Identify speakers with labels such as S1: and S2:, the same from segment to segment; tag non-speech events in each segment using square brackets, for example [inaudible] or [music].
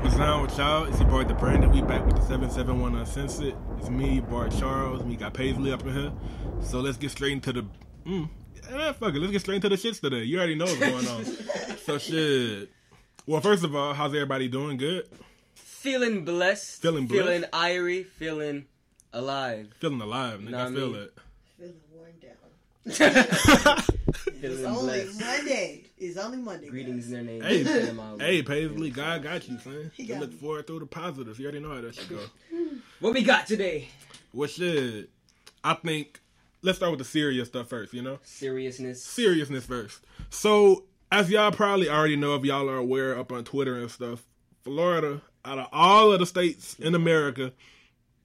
S1: What's up with y'all? It's your boy The Brandon. We back with the 771 Uncensored. It's me, Bart Charles. We got Paisley up in here. So let's get straight into the... Mm, eh, fuck it. Let's get straight into the shits today. You already know what's going on. so shit. Well, first of all, how's everybody doing? Good?
S2: feeling blessed,
S1: Feeling
S2: feeling
S1: blessed?
S2: irie, feeling alive.
S1: Feeling alive, nigga.
S2: Nah,
S1: I feel
S2: me.
S1: it.
S3: Feeling worn
S1: [laughs]
S3: down.
S2: Feeling
S3: Only
S2: blessed.
S3: Monday. It's only Monday.
S2: Greetings in their name.
S1: Hey,
S2: Feeling them out.
S1: hey, Paisley, God got you, son. You
S3: got
S1: look
S3: me.
S1: forward through the positives. You already know how that should go.
S2: What we got today?
S1: Well, shit. I think let's start with the serious stuff first. You know,
S2: Seriousness.
S1: seriousness first. So, as y'all probably already know, if y'all are aware up on Twitter and stuff, Florida, out of all of the states in America,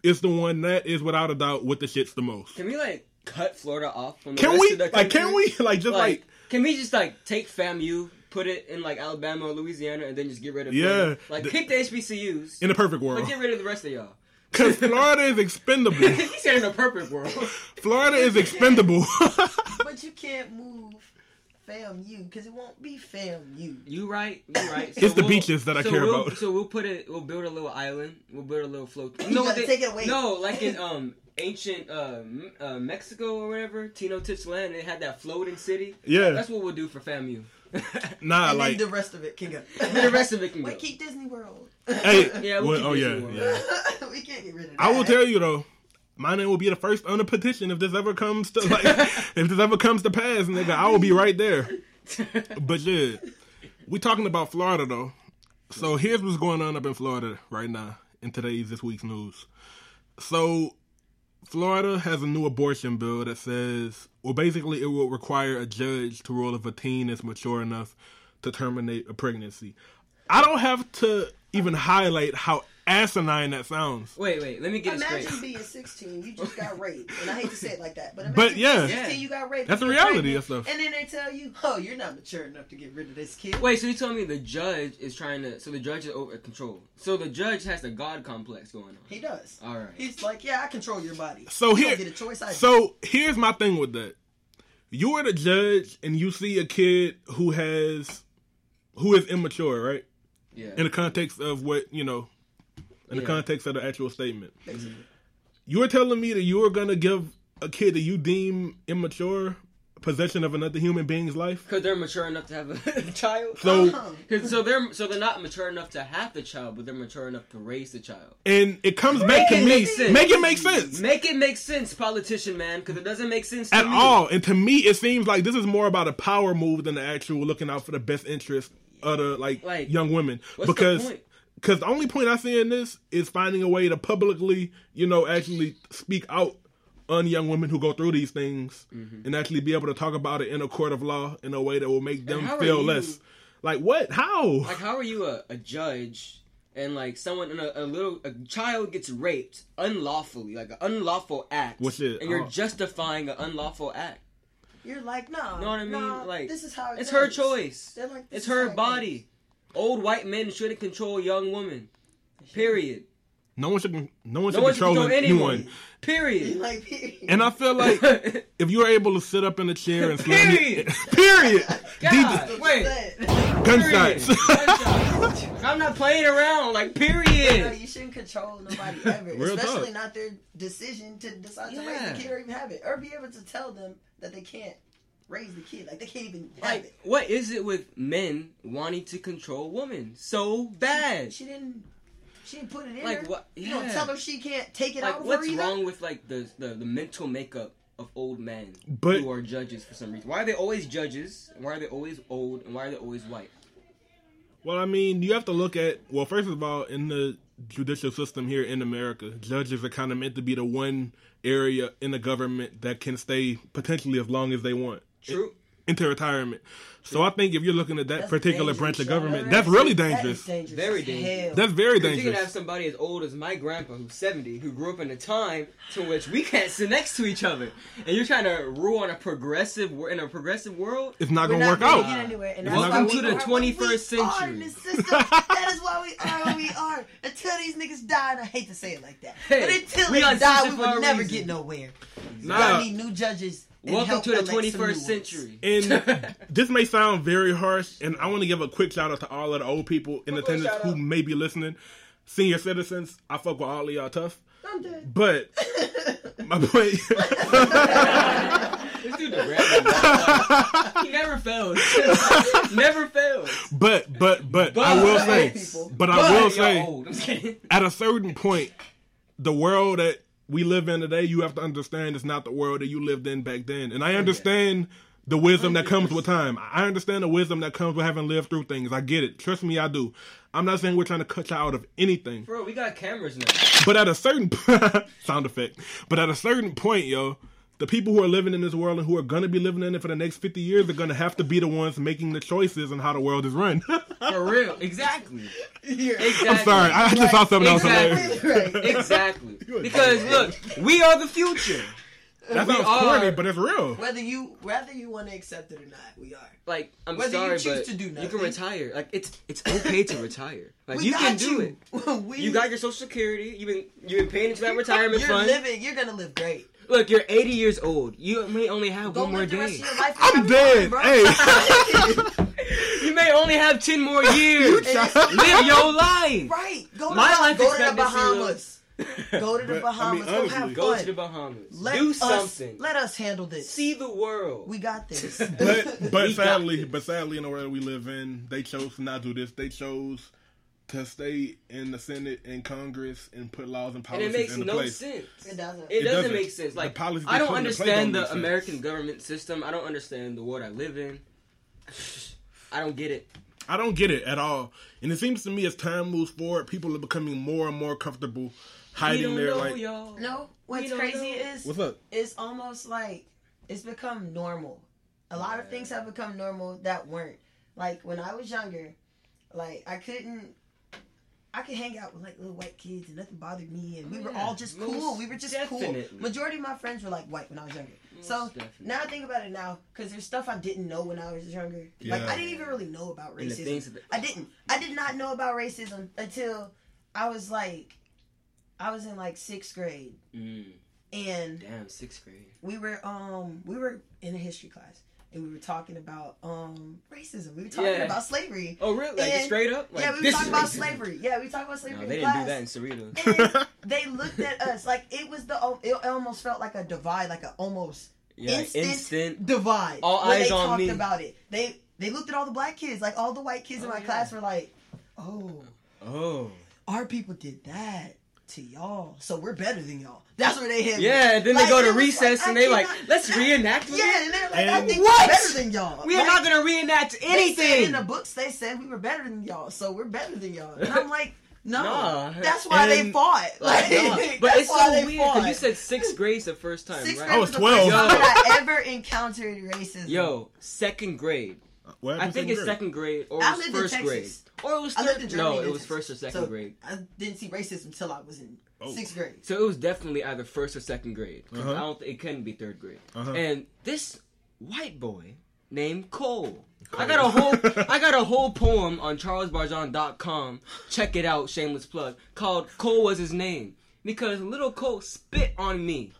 S1: is the one that is without a doubt with the shits the most.
S2: Can we like cut Florida off from the
S1: Can
S2: rest
S1: we?
S2: of the
S1: Like,
S2: country?
S1: can we? [laughs] Like, just like.
S2: can we just like take FAMU, put it in like Alabama or Louisiana, and then just get rid of
S1: Yeah.
S2: Florida? Like
S1: The-
S2: kick the HBCUs,
S1: in a perfect
S2: but
S1: world,
S2: get rid of the rest of y'all. [laughs]
S1: because Florida is expendable.
S2: he said in a perfect world.
S1: Florida is expendable. [laughs]
S3: But you can't move fam you because it won't be fam you.
S2: You right, you right.
S1: It's the beaches that I
S2: so
S1: care
S2: we'll-
S1: about.
S2: So we'll put it. We'll build a little island. We'll build a little float.
S3: gotta take it away.
S2: No, like in um ancient uh, M- uh Mexico or whatever, Tenochtitlan, they had that floating city.
S1: Yeah.
S2: that's what we'll do for FAMU.
S1: nah,
S3: And
S1: like
S3: then the rest of it
S1: [laughs]
S3: can go.
S2: the rest of it can go.
S3: Wait, keep Disney [laughs] World.
S1: hey,
S2: Yeah, we'll
S1: well,
S2: keep
S1: oh
S2: it
S1: yeah,
S2: to
S1: yeah.
S3: we can't get rid of that.
S1: I will tell you though, my name will be the first on the petition if this ever comes to like if this ever comes to pass, nigga. I will be right there. But yeah, we talking about Florida though. So here's what's going on up in Florida right now in today's this week's news. So Florida has a new abortion bill that says, well, basically, it will require a judge to rule if a teen is mature enough to terminate a pregnancy. I don't have to even highlight how asinine that sounds.
S2: [laughs] Wait, wait. Let me get it
S3: Imagine
S2: straight.
S3: being 16, you just got raped, and I hate to say it like that, but imagine
S1: But, yeah.
S3: being 16, you got raped.
S1: That's
S3: you
S1: the
S3: get
S1: reality
S3: pregnant,
S1: of stuff.
S3: And then they tell you, oh, you're not mature enough to get rid of this kid.
S2: Wait, so you told me the judge is trying to. So the judge is over control. So the judge has the god complex going on.
S3: He does.
S2: All right.
S3: He's like, yeah, I control your body.
S1: So
S3: you
S1: here,
S3: don't get a choice. Either.
S1: so here's my thing with that. You are the judge, and you see a kid who has, who is immature, right?
S2: Yeah.
S1: In the context of what you know, in the
S2: Yeah.
S1: context of the actual statement. You're telling me that you are gonna give a kid that you deem immature possession of another human being's life.
S2: Because they're mature enough to have a [laughs] child.
S1: So,
S3: Uh-huh.
S2: Cause so they're so they're not mature enough to have the child, but they're mature enough to raise the child.
S1: and it comes back to
S2: it
S1: me.
S2: make sense.
S1: Make it make sense.
S2: Make it make sense, politician man, because it doesn't make sense to
S1: at
S2: me.
S1: all. And to me, it seems like this is more about a power move than the actual looking out for the best interest of the like,
S2: Like,
S1: young women.
S2: what's the
S1: because
S2: point?
S1: Cause the only point I see in this is finding a way to publicly, you know, actually speak out on young women who go through these things
S2: Mm-hmm.
S1: and actually be able to talk about it in a court of law in a way that will make them
S2: how are
S1: feel
S2: you-
S1: less. Like what? How?
S2: Like, how are you a, a judge and like someone and a, a little a child gets raped unlawfully, like an unlawful act,
S1: Well, shit,
S2: and you're
S1: uh,
S2: justifying an unlawful act?
S3: You're like, no.
S2: You know what I mean?
S3: Nah,
S2: like,
S3: this is how it
S2: it's
S3: goes.
S2: her choice.
S3: They're like, this
S2: it's
S3: is
S2: her
S3: how it
S2: body. Old white men shouldn't control young women. Period.
S1: no one should. No one should
S2: No one should
S1: control
S2: control anyone.
S1: anyone.
S2: [laughs] Period.
S3: [laughs] Like, [laughs]
S1: And I feel
S2: [laughs]
S1: like if you're able to sit up in a chair and slam your-
S2: Period.
S1: [laughs] period,
S2: [laughs] God,
S1: DJ
S2: wait. Period.
S1: gunshots.
S2: Gunshots. I'm not playing around. Like, [laughs]
S3: No,
S2: period.
S3: you shouldn't control nobody ever,
S1: [laughs] Real
S3: especially
S1: talk.
S3: not their decision to decide to raise
S2: Yeah.
S3: the kid or even have it, or be able to tell them that they can't raise the kid, like they can't even have
S2: Like,
S3: it.
S2: what is it with men wanting to control women so bad?
S3: She didn't. She didn't put it in.
S2: Like,
S3: her.
S2: what-
S3: You don't
S2: yeah.
S3: tell her she can't take it out
S2: Like,
S3: of
S2: what's
S3: her either.
S2: wrong with like the, the the mental makeup of old men
S1: But-
S2: who are judges for some reason? Why are they always judges? Why are they always old? And why are they always white?
S1: Well, I mean, you have to look at well, first of all, in the judicial system here in America, judges are kind of meant to be the one area in the government that can stay potentially as long as they want.
S2: True.
S1: into retirement. So I think if you're looking at that
S3: That's
S1: particular
S3: dangerous,
S1: branch of
S3: yo.
S1: government,
S3: That
S1: that's
S3: is-
S1: really
S3: that is
S1: dangerous.
S3: dangerous
S2: Very
S3: as
S2: dangerous.
S3: hell.
S1: That's very
S2: You can have
S1: dangerous.
S2: somebody as old as my grandpa, who's 70, who grew up in a time to which we can't sit next to each other, and you're trying to rule on a progressive wor- in a progressive world.
S1: It's not
S3: We're
S1: gonna
S3: not
S1: work
S3: gonna
S1: out.
S3: get anywhere, and
S1: It's
S3: that's
S1: not
S3: why
S1: gonna-
S3: we
S2: Welcome to the
S3: are what we
S2: 21st
S3: are in
S2: century.
S3: this system. that is why we are what we are. Until these niggas die, and I hate to say it like that, but
S2: Hey,
S3: until
S2: we
S3: they
S2: on
S3: die,
S2: season
S3: we
S2: for
S3: will
S2: a
S3: never
S2: reason.
S3: get nowhere. We
S1: Nah.
S3: gotta need new judges. and
S2: Welcome
S3: help
S2: to the
S3: elect some new
S2: 21st
S3: ones.
S2: century.
S1: And
S3: [laughs]
S1: this may sound very harsh, and I want to give a quick shout out to all of the old people in attendance
S2: shout
S1: who
S2: out.
S1: may be listening. Senior citizens, I fuck with all of y'all tough.
S3: [laughs]
S1: But my point, [laughs]
S2: This dude the random. he never fails. [laughs] never fails.
S1: but but but I will say,
S2: [laughs] People.
S1: but I will
S2: y'all
S1: say,
S2: old. I'm just kidding.
S1: at a certain point, the world that we live in today, you have to understand it's not the world that you lived in back then. And I understand the wisdom that comes with time. I understand the wisdom that comes with having lived through things. I get it. Trust me, I do. I'm not saying we're trying to cut you out of anything.
S2: Bro, we got cameras now.
S1: But at a certain [laughs] sound effect. But at a certain point, yo, the people who are living in this world and who are gonna be living in it for the next fifty years are gonna have to be the ones making the choices on how the world is run.
S2: For real. Exactly. exactly.
S1: I'm [laughs] sorry, I just saw something else.
S2: Exactly.
S1: Exactly.
S2: Exactly. Because look, we are the future.
S1: That
S2: We
S1: sounds
S2: are-
S1: corny, but it's real.
S3: Whether you whether you want to accept it or not, we are.
S2: Like I'm
S3: Whether
S2: sorry,
S3: you choose
S2: but
S3: to do
S2: you
S3: nothing.
S2: can retire. Like it's it's okay to retire. Like
S3: We
S2: you
S3: got
S2: can do
S3: you.
S2: it.
S3: [laughs] we,
S2: You got your social security. You've been you've been paying into that retirement
S3: You're
S2: fund.
S3: living. You're gonna live great.
S2: Look, you're 80 years old. You may only have
S3: Go
S2: one more
S3: live the
S2: day.
S3: rest of your life.
S1: I'm dead.
S3: [laughs] Hey.
S2: You may only have 10 [laughs] more years. Live your life.
S3: Right. Go to,
S2: My
S3: the,
S2: life
S3: go to the
S2: expectancy [laughs]
S3: Bahamas. Go to the
S1: But, I mean,
S3: Bahamas. go
S1: honestly,
S3: have
S2: Go
S3: fun.
S2: to the Bahamas.
S3: let
S2: Do
S3: us,
S2: something.
S3: Let us handle this.
S2: See the world.
S3: we
S2: [laughs]
S3: got this.
S1: But but
S2: We got
S1: sadly,
S2: this.
S1: but sadly, in the world that we live in, they chose to not do this. They chose to stay in the Senate and Congress and put laws and
S2: and
S1: policies
S2: it makes
S1: into
S2: no
S1: place.
S2: sense.
S3: It doesn't.
S2: It,
S1: It
S2: doesn't,
S1: doesn't.
S2: make sense.
S1: The
S2: Like
S1: policies that
S2: I don't
S1: come into play
S2: understand
S1: don't
S2: the
S1: make sense.
S2: American government system. I don't understand the world I live in. [sighs] I don't get it.
S1: I don't get it at all. And it seems to me as time moves forward, people are becoming more and more comfortable
S2: We
S1: hiding
S2: don't
S1: their
S2: know,
S1: like.
S2: y'all.
S3: No,
S2: We
S3: what's
S2: don't
S3: crazy
S2: know.
S3: is
S1: What's up?
S3: it's almost like it's become normal. A lot of things have become normal that weren't. Like when I was younger, like I couldn't. I could hang out with like little white kids and nothing bothered me, and we were
S2: Oh, yeah,
S3: all just
S2: most
S3: cool. We were just
S2: definitely.
S3: cool. Majority of my friends were like white when I was younger. so
S2: definitely.
S3: now I think about it now, because there's stuff I didn't know when I was younger. Like
S1: Yeah.
S3: I didn't even really know about
S2: And the
S3: racism.
S2: things that-
S3: I didn't. I did not know about racism until I was like, I was in like sixth grade,
S2: Mm,
S3: and
S2: damn, sixth grade.
S3: we were um we were in a history class and we were talking about um racism. We were talking
S2: Yeah.
S3: about slavery.
S2: Oh really? Like
S3: And-
S2: straight up? Like,
S3: yeah, we were
S2: this
S3: talking
S2: is
S3: about
S2: racist.
S3: slavery. Yeah, we were talking about
S2: No,
S3: slavery
S2: they
S3: in
S2: didn't
S3: class.
S2: do that in Cerritos.
S3: [laughs] and they looked at us like it was the um, it almost felt like a divide, like a almost
S2: Yeah,
S3: instant,
S2: instant.
S3: divide.
S2: All
S3: when
S2: eyes
S3: they
S2: on
S3: talked
S2: me.
S3: about it. They they looked at all the black kids, like all the white kids in my class were like, "Oh,
S2: Oh.
S3: our people did that." To y'all, so we're better than y'all. That's where they hit. me.
S2: Yeah, and then they
S3: Like,
S2: go
S3: it
S2: to
S3: was like,
S2: recess
S3: I
S2: and they like,
S3: cannot-
S2: let's reenact with
S3: [laughs] Yeah,
S2: it.
S3: and they're like, I
S1: And-
S3: think
S2: What?
S3: we're better than y'all.
S2: We are
S3: Like,
S2: not gonna reenact
S3: they said
S2: anything.
S3: in the books they said we were better than y'all, so we're better than y'all. And
S2: [laughs]
S3: I'm like, no,
S2: Nah.
S3: that's why they
S2: And- [laughs]
S3: fought. Like, [laughs]
S2: Nah, but
S3: that's
S2: it's
S3: why
S2: so
S3: they
S2: weird
S3: fought.
S2: because you said sixth grade's the first time,
S3: sixth
S2: right?
S3: grade
S1: I
S3: was
S1: was
S3: the first
S1: 12.
S3: time that
S2: [laughs]
S3: I ever encountered racism.
S2: Yo, second grade.
S1: What
S2: I
S1: happened
S2: think
S1: in
S2: it's
S1: grade?
S2: second grade or it
S3: I
S2: was
S3: lived in
S2: first
S3: Texas.
S2: grade. Or it was
S3: I lived
S2: third.
S3: in Germany.
S2: No,
S3: in
S2: it was
S3: Texas,
S2: first or second
S3: so
S2: grade.
S3: I didn't see racism until I was in
S1: Oh.
S3: sixth grade.
S2: So it was definitely either first or second grade. 'cause
S1: Uh-huh.
S2: I don't. Th- it couldn't be third grade.
S1: Uh-huh.
S2: And this white boy named Cole. I got a
S1: [laughs]
S2: whole I got a whole poem on charlesbarjon.com. Check it out, shameless plug. Called Cole was his name because little Cole spit on me.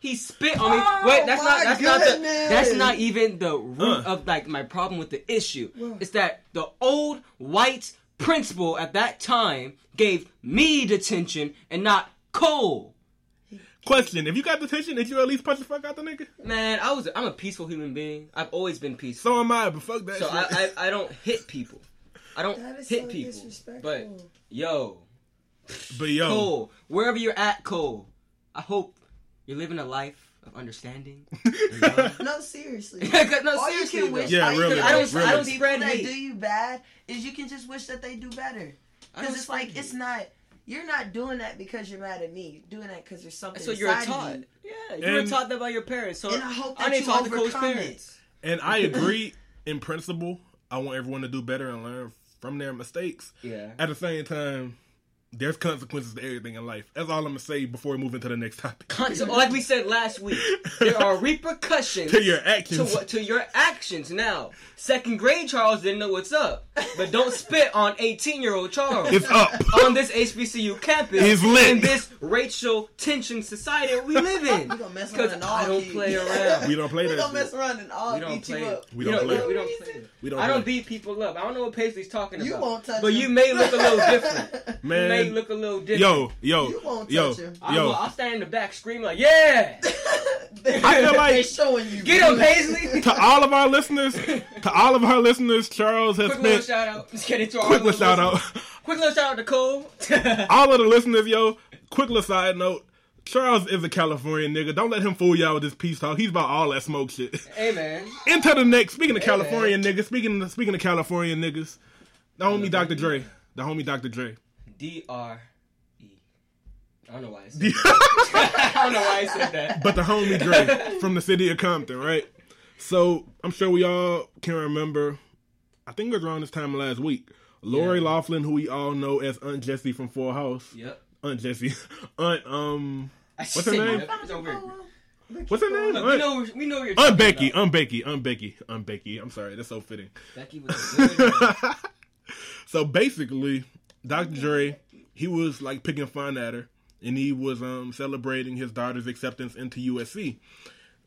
S2: He spit on me.
S3: Oh,
S2: Wait, that's not
S3: my
S2: that's not the
S3: goodness.
S2: that's not even the root
S1: Uh.
S2: of like my problem with the issue. It's that the old white principal at that time gave me detention and not Cole.
S1: Question: If you got detention, did you at least punch the fuck out the nigga?
S2: Man, I was I'm a peaceful human being. I've always been peaceful.
S1: So am I, but fuck that.
S2: So
S1: shit.
S2: I, I I don't hit people. I don't
S3: That is
S2: hit
S3: so
S2: people. But
S3: disrespectful.
S2: yo,
S1: but yo,
S2: Cole, wherever you're at, Cole, I hope you're living a life of [laughs] understanding.
S3: No, seriously.
S2: [laughs] No,
S3: all
S2: seriously,
S3: you
S2: though.
S3: can wish,
S1: Yeah,
S3: all you
S1: really,
S3: can
S1: I don't-
S3: wish
S1: I
S3: for
S1: don't
S3: people
S2: spread
S3: that
S2: hate.
S3: do you bad is you can just wish that they do better.
S2: I don't
S3: Because it's
S2: spread
S3: like it's
S2: hate.
S3: not. You're not doing that because you're mad at me. You're doing that because there's something.
S2: That's what you were
S3: inside of
S2: taught.
S3: you.
S2: Yeah, you were
S1: And-
S2: taught that by your parents. So
S3: And I hope that
S2: didn't
S3: you
S2: talk to Cole's
S3: overcome it.
S2: parents.
S1: And I agree in principle. I want everyone to do better and learn from their mistakes.
S2: Yeah.
S1: At the same time, there's consequences to everything in life. That's all I'm gonna say before we move into the next topic.
S2: [laughs] Conse- like we said last week, there
S1: [laughs]
S2: are repercussions
S1: To [laughs] your actions.
S2: To, what, to your actions. Now, second grade Charles didn't know what's up, but don't spit on 18 year old Charles.
S1: It's up.
S2: on this HBCU campus,
S1: He's lit.
S2: in this racial tension society we live in,
S3: [laughs] We gonna mess
S2: because
S3: around and all
S2: I don't
S3: beat- [laughs]
S2: play around.
S1: We don't play
S3: We
S1: that
S3: gonna
S1: shit.
S3: mess around and all
S2: We don't
S3: beat
S2: play.
S3: you up.
S1: We don't
S2: You know,
S1: play.
S2: We don't play.
S1: We don't
S2: I don't
S1: play.
S2: beat people up. I don't know what Paisley's talking
S3: You
S2: about.
S3: won't touch
S2: But
S3: him.
S2: you may look a
S3: [laughs]
S2: little different.
S1: Man.
S2: You may look a little different.
S1: Yo, yo,
S3: You won't
S1: yo,
S3: touch him.
S2: I
S1: yo.
S2: will, I'll stand in the back screaming like, yeah!
S1: I feel
S3: they
S1: like
S3: showing you.
S2: Get
S1: [laughs]
S2: him, Paisley!
S1: to all of our listeners, to all of our listeners, Charles has
S2: Quick little
S1: spent
S2: shout out. Just kidding. To our
S1: quick
S2: little
S1: little shout out.
S2: listeners. Quick little shout out to Cole.
S1: [laughs]
S2: [laughs]
S1: All of the listeners, yo. Quick little side note. Charles is a Californian nigga. Don't let him fool y'all with this peace talk. He's about all that smoke shit. [laughs]
S2: hey man.
S1: Into the next. Speaking of California niggas, speaking speaking of California niggas, the homie Dr. Dre, the homie Dr. Dre.
S2: D R E. I don't know why
S1: [laughs]
S2: I said that. [laughs] I don't know why I said that.
S1: But the homie Dre from the city of Compton, right? So I'm sure we all can remember. I think it was around this time last week. Lori Laughlin, who we all know as Aunt Jessie from Full House.
S2: Yep.
S1: Aunt Jessie. [laughs] Aunt um
S2: I
S1: What's her
S2: said
S1: name?
S2: yep. It's over.
S1: what's her name?
S2: Look, we
S1: Aunt,
S2: know we know what you're
S1: Aunt
S2: talking
S1: Becky.
S2: about.
S1: Aunt Becky. Aunt Becky. Aunt Becky. I'm sorry, that's so fitting.
S2: Becky was a good one.
S1: So basically, Dr. Dre, he was like picking fun at her, and he was um celebrating his daughter's acceptance into USC.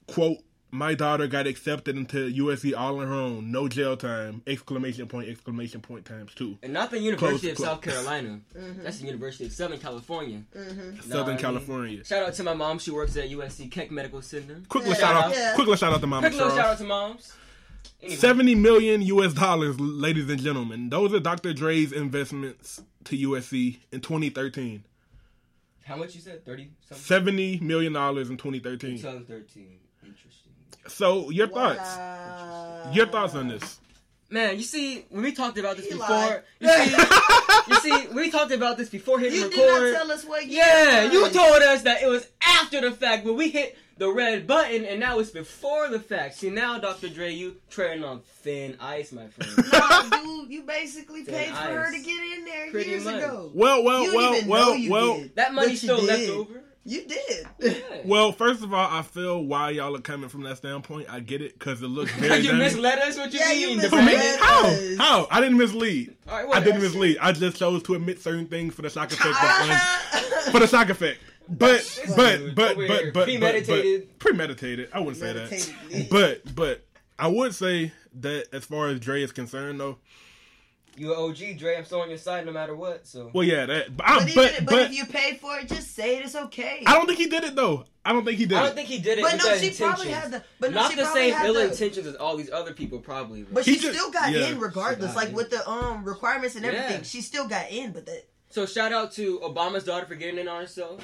S1: Quote, my daughter got accepted into USC all on her own, no jail time, exclamation point, exclamation point times two.
S2: And not the University
S1: Close,
S2: of South
S3: [laughs]
S2: Carolina.
S3: Mm-hmm.
S2: That's the University of Southern California.
S1: Southern
S2: I mean-
S1: California.
S2: Shout out to my mom. She works at USC Keck Medical Center.
S1: Quick little
S3: Yeah,
S1: shout out
S3: yeah.
S1: quick little shout out to Mama
S2: Quick little
S1: Charles.
S2: shout out to moms. Anyway,
S1: Seventy million US dollars, ladies and gentlemen. Those are Dr. Dre's investments to USC in twenty thirteen.
S2: How much you said? 30 something?
S1: Seventy million dollars in twenty thirteen.
S2: 2013. Interesting.
S1: So your thoughts.
S3: Wow.
S1: Your thoughts on this?
S2: Man, you see, when we talked about this
S3: He
S2: before,
S3: lied.
S2: you
S3: [laughs]
S2: see, you see, we talked about this before hitting
S3: You did
S2: record.
S3: not tell us what. year
S2: yeah,
S3: it
S2: you
S3: was. [laughs]
S2: told us that it was after the fact when we hit the red button, and now it's before the fact. See, now Dr. Dre, you treading on thin ice, my
S3: [laughs]
S2: friend.
S3: Nah, dude, you basically paid for
S2: ice.
S3: her to get in there
S2: Pretty
S3: years
S2: much.
S3: ago.
S1: Well, well,
S3: you didn't
S1: well,
S3: even know
S1: well,
S3: you
S1: well,
S3: did,
S2: That
S3: but
S2: money's
S3: you
S2: still left
S3: did.
S2: over.
S3: You [laughs] did.
S1: well. First of all, I feel why y'all are coming from that standpoint. I get it because it looks very.
S2: [laughs] you
S1: dumb.
S2: misled us. What you
S3: Yeah, you
S2: mean?
S1: For me,
S3: misled
S1: how?
S3: us.
S1: How? I didn't mislead.
S2: All right,
S1: I
S2: whatever.
S1: didn't mislead. I just chose to admit certain things for the shock effect.
S3: [laughs]
S1: of un- for the shock effect. But but
S2: Dude,
S1: but
S2: over
S1: but
S2: here,
S1: but
S2: premeditated.
S1: But, but, premeditated. I wouldn't say that.
S3: Meditated.
S1: But but I would say that as far as Dre is concerned, though.
S2: You an OG, Dre. I'm still on your side no matter what. So
S1: Well, yeah, that. But I,
S3: But,
S1: but,
S3: he
S1: but,
S3: did it, but, if you paid for it, just say it. It's okay.
S1: I don't think he did it though. I don't think he did
S2: I
S1: it.
S2: don't think he did it.
S3: But
S2: with
S3: no,
S2: that
S3: she probably
S2: intentions.
S3: had the- but no,
S2: not
S3: she
S2: the
S3: probably
S2: same
S3: had
S2: ill
S3: the-
S2: intentions as all these other people, probably.
S3: But
S1: He
S3: she
S1: just-
S3: still got
S1: yeah.
S3: in regardless,
S2: She
S3: like
S2: got
S3: with the um requirements and everything.
S2: Yeah.
S3: She still got in, but that
S2: so shout out to Obama's daughter for getting in on herself.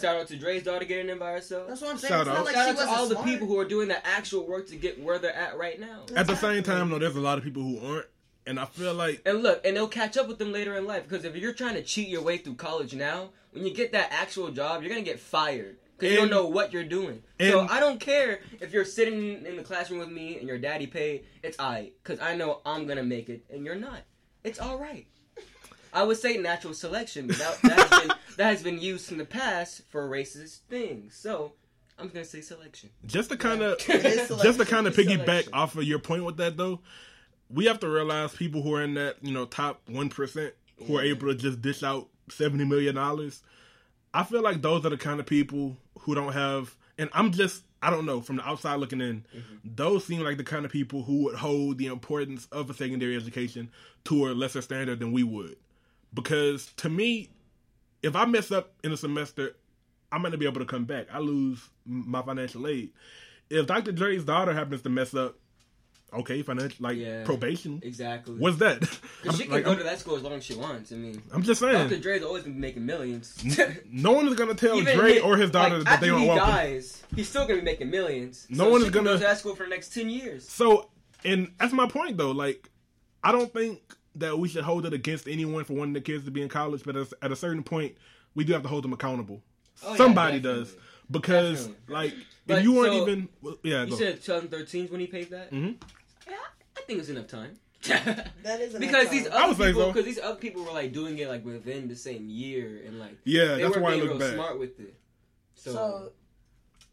S2: Shout out to Dre's daughter getting in by herself.
S3: that's what I'm saying.
S1: Shout
S3: it's
S1: out.
S3: not like
S2: shout
S3: she
S2: out to
S3: wasn't
S2: all
S3: smart.
S2: the people who are doing the actual work to get where they're at right now.
S1: At the same time, though, there's a lot of people who aren't, and I feel like
S2: And look, and they'll catch up with them later in life. Because if you're trying to cheat your way through college now, when you get that actual job, you're gonna get fired because you
S1: And-
S2: don't know what you're doing. So
S1: and-
S2: I don't care if you're sitting in the classroom with me and your daddy paid. It's I, because I know I'm gonna make it, and you're not. It's all right. I would say natural selection, but that, that, has been, [laughs] that has been used in the past for racist things. So I'm gonna say selection.
S1: just to kind
S2: [laughs]
S1: of
S3: It's like-
S1: just to kind of piggyback
S2: selection.
S1: off of your point with that though, we have to realize people who are in that you know top one percent who are able to just dish out seventy million dollars. I feel like those are the kind of people who don't have, and I'm just I don't know from the outside looking in.
S2: Mm-hmm.
S1: Those seem like the kind of people who would hold the importance of a secondary education to a lesser standard than we would, because to me, if I mess up in a semester, I'm gonna be able to come back. I lose m- my financial aid. If Dr. Dre's daughter happens to mess up, okay, financial like
S2: Yeah.
S1: probation.
S2: Exactly.
S1: What's that? I'm,
S2: she can
S1: like,
S2: go
S1: I'm-
S2: to that school as long as she wants. I mean,
S1: I'm just saying,
S2: Dr. Dre's always been making millions.
S1: no one is gonna tell
S2: Even
S1: Dre
S2: if-
S1: Oh, or his daughter
S2: like,
S1: that they
S2: after
S1: aren't
S2: he
S1: welcome.
S2: dies, he's still gonna be making millions.
S1: No
S2: so
S1: one
S2: she
S1: is
S2: can
S1: gonna-
S2: go to that school for the next ten years.
S1: So, and that's my point though. Like, I don't think that we should hold it against anyone for wanting the kids to be in college, but as- at a certain point, we do have to hold them accountable.
S2: Oh, yeah,
S1: Somebody
S2: definitely.
S1: does. because
S2: Definitely.
S1: like if
S2: But
S1: you weren't
S2: so-
S1: even well, yeah
S2: You
S1: go.
S2: said 2013 is when he paid that. Mm-hmm. Yeah, I think it's enough time. [laughs]
S3: That is enough
S2: because
S3: time.
S2: these
S3: I
S2: other
S1: would say
S2: people,
S1: so.
S2: because these other people were like doing it like within the same year and like
S1: Yeah,
S2: they
S1: that's
S2: were
S1: why I
S2: being
S1: look
S2: real
S1: back.
S2: smart with it. So, so,
S3: So,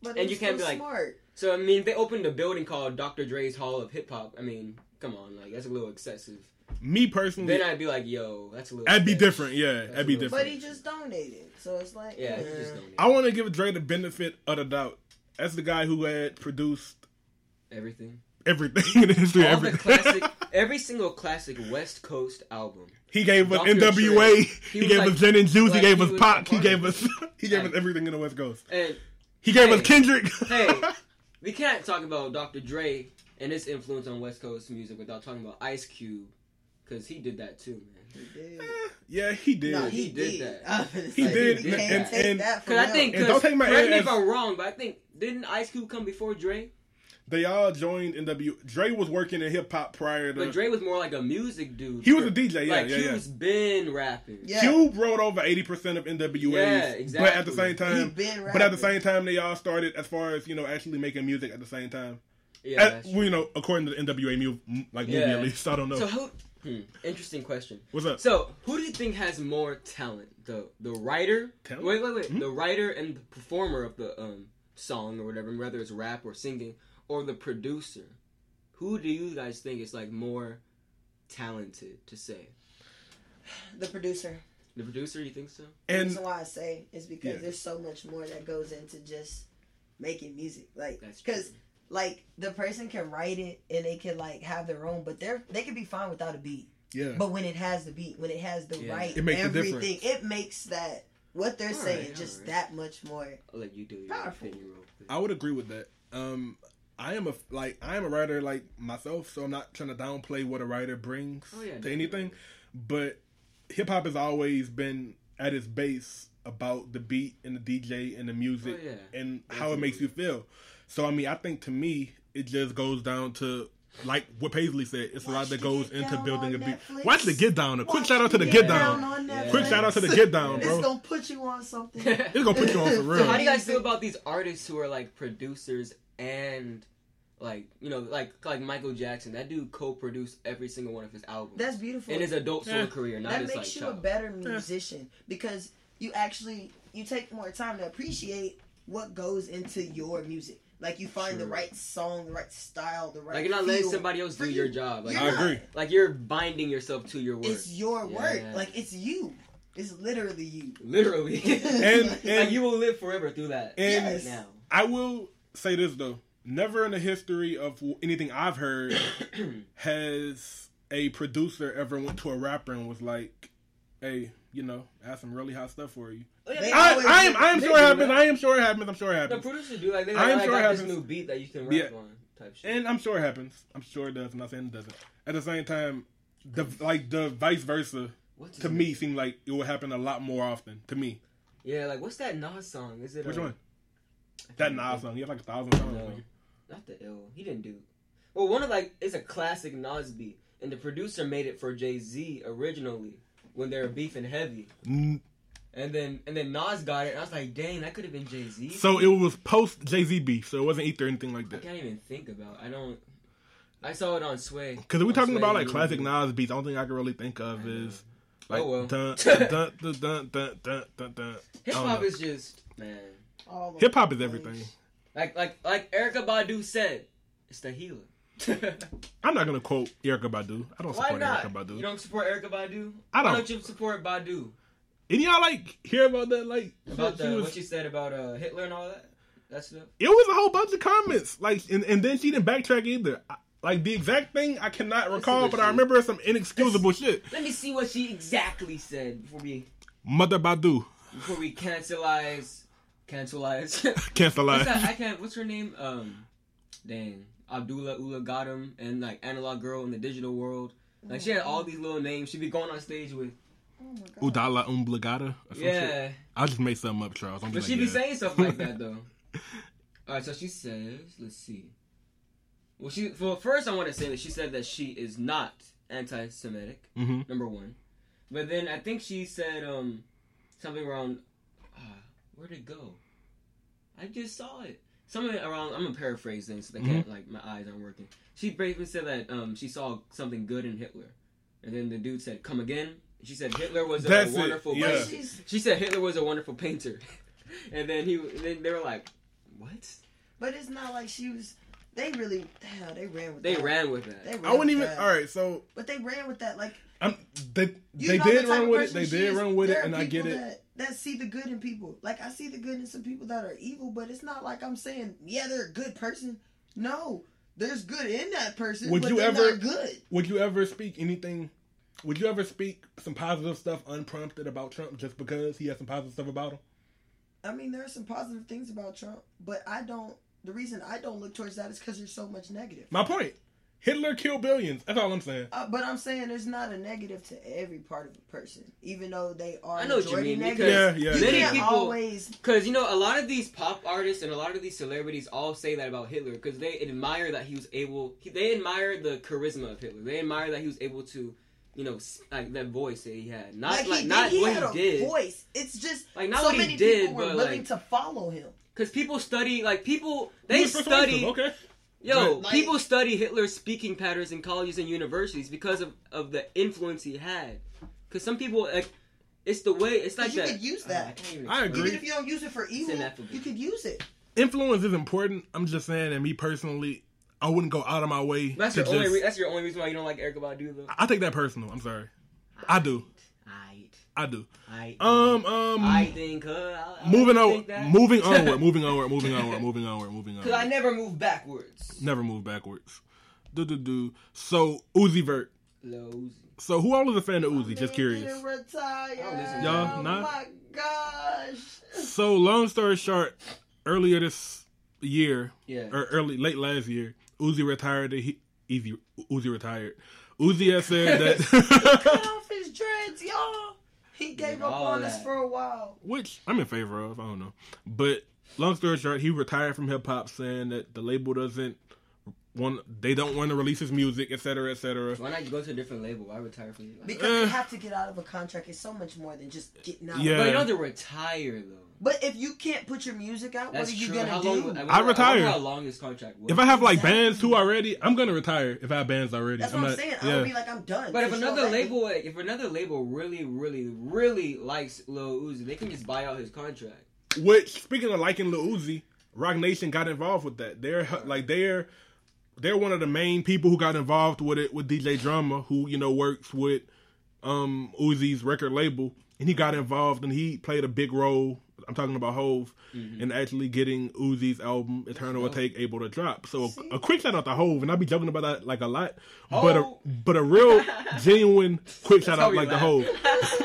S3: but
S2: And
S3: it's
S2: you can't
S3: still
S2: be like-
S3: smart.
S2: I mean, they opened a building called Dr. Dre's Hall of Hip Hop. I mean, come on, like that's a little excessive.
S1: me personally
S2: Then I'd be like, yo, that's a little.
S1: I'd be
S2: sketch.
S1: different yeah
S2: That's
S1: I'd be
S2: what I'm
S1: different
S3: But he just donated, so it's like
S2: Yeah, you
S3: yeah.
S2: just don't
S1: I want to give Dre the benefit of the doubt that's the guy who had produced
S2: everything.
S1: everything [laughs] in the history of
S2: All the
S1: everything
S2: classic, every single classic West Coast album.
S1: [laughs] he gave us
S2: Dr.
S1: NWA
S2: Dre.
S1: he,
S2: He was
S1: gave
S2: like-
S1: us Zen and Juice
S2: like,
S1: he gave
S2: he
S1: us
S2: was
S1: Pac
S2: a
S1: he
S2: part
S1: gave
S2: of
S1: us [laughs] he gave us
S2: Like-
S1: everything in the West Coast
S2: And
S1: he gave us
S2: hey,
S1: Kendrick
S2: hey, we can't talk about Dr. Dre and his influence on West Coast music without talking about Ice Cube, because he did that too, man.
S1: [laughs] yeah he did
S3: No,
S2: he did that.
S3: [laughs] I'm gonna
S1: He
S3: say,
S1: did,
S3: You
S2: and-
S3: can't
S2: and-
S3: take
S1: and-
S3: that from
S2: Because I
S3: him.
S2: think,
S1: And
S2: cause,
S1: don't take my
S2: correct me
S1: ass-
S2: if I'm wrong, but I think didn't Ice Cube come before Dre?
S1: they all joined NW Dre was working in hip hop prior to
S2: But Dre was more like a music dude.
S1: Uh. He was a DJ, yeah,
S2: like
S1: yeah, yeah.
S2: Cube's been rapping.
S3: Yeah.
S1: Cube wrote over eighty percent of NWA's,
S2: Yeah,
S1: but at the
S2: exactly.
S1: same time,
S3: He been
S1: but at the
S3: rapping.
S1: same time, they all started as far as you know actually making music at the same time.
S2: yeah.
S1: At-
S2: that's
S1: well, you know, according to the NWA mu- m- like movie
S2: Yeah.
S1: at least, I don't know.
S2: So who? Hmm, interesting question.
S1: What's up?
S2: So who do you think has more talent, the the writer?
S1: Talent? Hmm?
S2: Wait, wait, wait. The writer and the performer of the um song or whatever, whether it's rap or singing, or the producer. Who do you guys think is like more talented to say?
S3: the producer.
S2: The producer, you think so?
S3: The
S1: and
S3: reason why I say is because
S1: Yeah.
S3: there's so much more that goes into just making music. Like,
S2: That's true.
S3: because like the person can write it and they can like have their own, but they're they could be fine without a beat.
S1: yeah,
S3: But when it has the beat, when it has the
S2: Yeah.
S3: right,
S1: It makes the difference.
S3: everything, it makes that what they're
S2: All
S3: saying
S2: right,
S3: just
S2: all right.
S3: that much more.
S2: I'll let you do your
S3: Powerful.
S2: opinion real quick.
S1: I would agree with that. Um, I am a like I am a writer like myself, so I'm not trying to downplay what a writer brings
S2: Oh,
S1: to
S2: yeah, definitely.
S1: anything. But hip hop has always been at its base about the beat and the DJ and the music
S2: Oh, yeah.
S1: and how it makes you feel. So I mean, I think to me, it just goes down to like what Paisley said. It's a lot
S3: Watch
S1: that
S3: the
S1: goes
S3: Get
S1: into
S3: Down
S1: building a
S3: on
S1: beat.
S3: Netflix.
S1: Watch the Get Down. A quick
S3: Watch
S1: shout out to the
S3: Get
S1: Get
S3: Down
S1: Down.
S3: on Netflix.
S1: Quick shout out to the Get Down,
S3: It's
S1: bro.
S3: gonna put you on something.
S2: [laughs]
S1: It's gonna put you on for real.
S2: How do you guys feel about these artists who are like producers and like you know like like Michael Jackson? That dude co-produced every single one of his albums.
S3: That's beautiful.
S2: in his adult solo
S1: Yeah.
S2: career, not
S3: that
S2: his
S3: makes
S2: like
S3: you
S2: child.
S3: a better
S1: Eh.
S3: musician because you actually you take more time to appreciate what goes into your music. Like you find the
S2: True.
S3: right song, the right style, the right.
S2: Like you're not letting
S3: feel
S2: somebody else do
S3: for
S2: your
S3: you.
S2: job. Like
S3: You're
S1: I
S3: not.
S1: agree.
S2: Like you're binding yourself to your work.
S3: It's your work.
S2: Yeah.
S3: Like it's you. It's literally you. [laughs]
S2: literally.
S1: And
S3: Like,
S1: and
S2: like you will live forever through that.
S1: And-
S2: right now. Oh,
S1: I will say this though: never in the history of anything I've
S2: [clears throat]
S1: heard has a producer ever went to a rapper and was like, "Hey, you know, I have some really hot stuff for you."
S3: They
S1: I,
S3: always
S1: I am,
S3: do-
S1: I am
S2: they
S1: sure it
S2: do
S1: happens.
S2: that.
S1: I am sure it happens. I'm sure it
S2: The
S1: happens.
S2: producer do like they
S1: I am
S2: like,
S1: sure it
S2: got this
S1: happens.
S2: new beat that you can rap
S1: Yeah.
S2: on type shit.
S1: And I'm sure it happens. I'm sure it does. I'm not saying it doesn't. At the same time, the like the vice versa
S2: What's
S1: to
S2: his-
S1: me seemed like it would happen a lot more often to me.
S2: Yeah, like what's that Nas song? Is it
S1: Which
S2: uh, E-
S1: one? That Nas song. You have like a thousand songs.
S2: No.
S1: nigga.
S2: Not the ill. He didn't do. Well, one of like it's a classic Nas beat, and the producer made it for Jay Z originally when they were beefing heavy,
S1: Mm,
S2: and then and then Nas got it, and I was like, dang, that could have been Jay Z.
S1: So it was post Jay Z beef, so it wasn't Ether or anything like
S2: I
S1: that.
S2: can't even think about. I don't. I saw it on Sway.
S1: Because we're
S2: On
S1: talking
S2: Sway
S1: about like
S2: Music.
S1: classic Nas beats, the only thing I can really think of is like
S2: Oh, well. [laughs]
S1: dun dun dun dun dun dun dun. dun.
S2: Hip hop is just man.
S3: All of
S1: hip hop is
S3: those
S1: everything.
S3: things.
S2: Like like like Erica Badu said, it's the healer. [laughs]
S1: I'm not gonna quote Erica Badu. I don't
S2: Why
S1: support
S2: not?
S1: Erica Badu.
S2: You don't support Erica Badu.
S1: I
S2: Why
S1: don't.
S2: don't you support Badu?
S1: And y'all like hear about that? Like
S2: About
S1: she
S2: the,
S1: was-
S2: what she said about uh, Hitler and all that. That stuff.
S1: it was a whole bunch of comments. Like and, and then she didn't backtrack either. I, like the exact thing I cannot recall,
S2: good
S1: but I
S2: shit.
S1: remember some inexcusable shit.
S2: Let me see what she exactly said before we
S1: Mother Badu,
S2: before we cancelize cancelize. [laughs]
S1: can't lie.
S2: what's that? I can't. What's her name? Um, dang, Abdullah Ula Gadam and like Analog Girl in the digital world. Like she had all these little names. She'd be going on stage with
S1: Udala Umbligata. Or some shit.
S2: yeah,
S1: I just made something up, Charles. I'm
S2: but
S1: just
S2: she'd
S1: like,
S2: be
S1: yeah.
S2: saying stuff
S1: [laughs]
S2: like that though. all right, so she says, let's see. Well, she well first I want to say that she said that she is not anti-Semitic.
S1: Mhm.
S2: number one. But then I think she said um something around uh, where'd it go? I just saw it. Something around. I'm gonna paraphrase things so they
S1: Mm-hmm.
S2: can't like my eyes aren't working. She basically said that um, she saw something good in Hitler, and then the dude said, "Come again." She said Hitler was a
S1: That's it,
S2: wonderful.
S1: yeah.
S2: painter."
S3: She's-
S2: She said Hitler was a wonderful painter, [laughs] and then he. Then they were like, "What?"
S3: But it's not like she was. They really, hell, they ran with
S2: They
S3: that.
S2: ran with that. [laughs]
S3: They ran
S1: I wouldn't
S3: with
S1: even.
S3: that.
S1: All right, so
S3: But they ran with that. Like
S1: I'm, they
S3: you
S1: they
S3: know
S1: did
S3: the type
S1: run
S3: of
S1: with it.
S3: person
S1: They
S3: she
S1: did
S3: is.
S1: run with
S3: There
S1: it,
S3: are
S1: and I get
S3: people
S1: it.
S3: That, that see the good in people. Like I see the good in some people that are evil, but it's not like I'm saying yeah they're a good person. No, there's good in that person.
S1: Would
S3: but
S1: you
S3: they're
S1: ever-
S3: not good?
S1: Would you ever speak anything? Would you ever speak some positive stuff unprompted about Trump just because he has some positive stuff about him?
S3: I mean, there are some positive things about Trump, but I don't. The reason I don't look towards that is because there's so much negative.
S1: My point. Hitler killed billions. That's all I'm saying.
S3: Uh, but I'm saying there's not a negative to every part of a person, even though they are.
S2: I know what you
S3: majority
S2: mean
S3: negative.
S1: Yeah, yeah,
S2: because
S3: you
S1: yeah.
S2: many
S3: can't
S2: people
S3: always.
S2: Because you know, a lot of these pop artists and a lot of these celebrities all say that about Hitler because they admire that he was able. He, they admire the charisma of Hitler. They admire that he was able to, you know, s- like that voice that he had. Not like,
S3: Like, he,
S2: not
S3: did, he
S2: what
S3: had
S2: he
S3: a
S2: did.
S3: voice. It's just
S2: Like, not
S3: so
S2: what he
S3: many
S2: did,
S3: people were
S2: but,
S3: willing
S2: like-
S3: to follow him.
S2: Because people study like people
S1: He
S2: they
S1: was persuasive,
S2: study.
S1: Okay.
S2: Yo,
S1: Right.
S3: Like-
S2: people study Hitler's speaking patterns in colleges and universities because of of the influence he had. Because some people like. It's the way. It's like
S3: you
S2: that.
S3: could use
S2: Uh,
S3: that.
S2: I, can't even
S1: I
S2: explain.
S1: agree.
S3: Even if you don't use it for evil,
S2: ineffable.
S3: you could use it.
S1: Influence is important. I'm just saying, and me personally, I wouldn't go out of my way.
S2: That's
S1: to
S2: your only.
S1: just-
S2: Re- that's your only reason why you don't like Eric Badu, though.
S1: I take that personal. I'm sorry. I do.
S2: I,
S1: I do.
S2: I,
S1: Um. Um.
S2: I think. Uh, I,
S1: moving
S2: I
S1: on.
S2: think that. [laughs]
S1: Moving onward. Moving onward. Moving onward. Moving onward. Moving
S2: Cause I
S1: onward.
S2: never move backwards.
S1: Never move backwards. Do do do. So Uzi Vert.
S2: Lows.
S1: So who all is a fan of Uzi? Just curious.
S3: Didn't retire.
S2: don't listen to
S1: Y'all
S3: oh
S1: not?
S3: my
S1: [laughs]
S3: gosh.
S1: So long story short, earlier this year,
S2: Yeah.
S1: or early late last year, Uzi retired. He, easy, Uzi retired. Uzi has said
S2: [laughs]
S1: that,
S3: Cut off his dreads, y'all. He gave up
S2: all
S3: on
S2: that.
S3: us for a while.
S1: which I'm in favor of. I don't know, but long story short, he retired from hip hop, saying that the label doesn't want, they don't want to release his music, etc., etc.
S2: Why not go to a different label? Why retire from you?
S3: Because
S1: Eh.
S3: you have to get out of a contract. It's so much more than just getting out.
S1: Yeah.
S2: But you don't have to retire though.
S3: But if you can't put your music out,
S2: That's
S3: what are you
S2: true.
S3: gonna
S2: how
S3: do?
S2: long? wonder-
S1: I
S2: wonder
S1: retired.
S2: How long this contract was?
S1: If I have like bands too already, I'm gonna retire. If I have bands already,
S3: That's
S1: I'm
S3: what I'm
S1: not-
S3: saying. I
S1: Yeah.
S3: would be like, I'm done.
S2: but if
S3: 'Cause y'all
S2: another
S3: let me-
S2: label, if another label really, really, really likes Lil Uzi, they can just buy out his contract.
S1: Which speaking of liking Lil Uzi, Rock Nation got involved with that. They're like they're they're one of the main people who got involved with it with DJ Drama, who you know works with um Uzi's record label, and he got involved and he played a big role. I'm talking about Hove
S2: Mm-hmm.
S1: and actually getting Uzi's album Eternal will Take able to drop. So a, a quick shout out to Hove, and I be joking about that like a lot, but a
S2: Hov.
S1: but a
S2: [laughs]
S1: real genuine quick shout
S2: Oh. how
S1: out
S2: we
S1: like the
S2: laugh.
S1: Hove.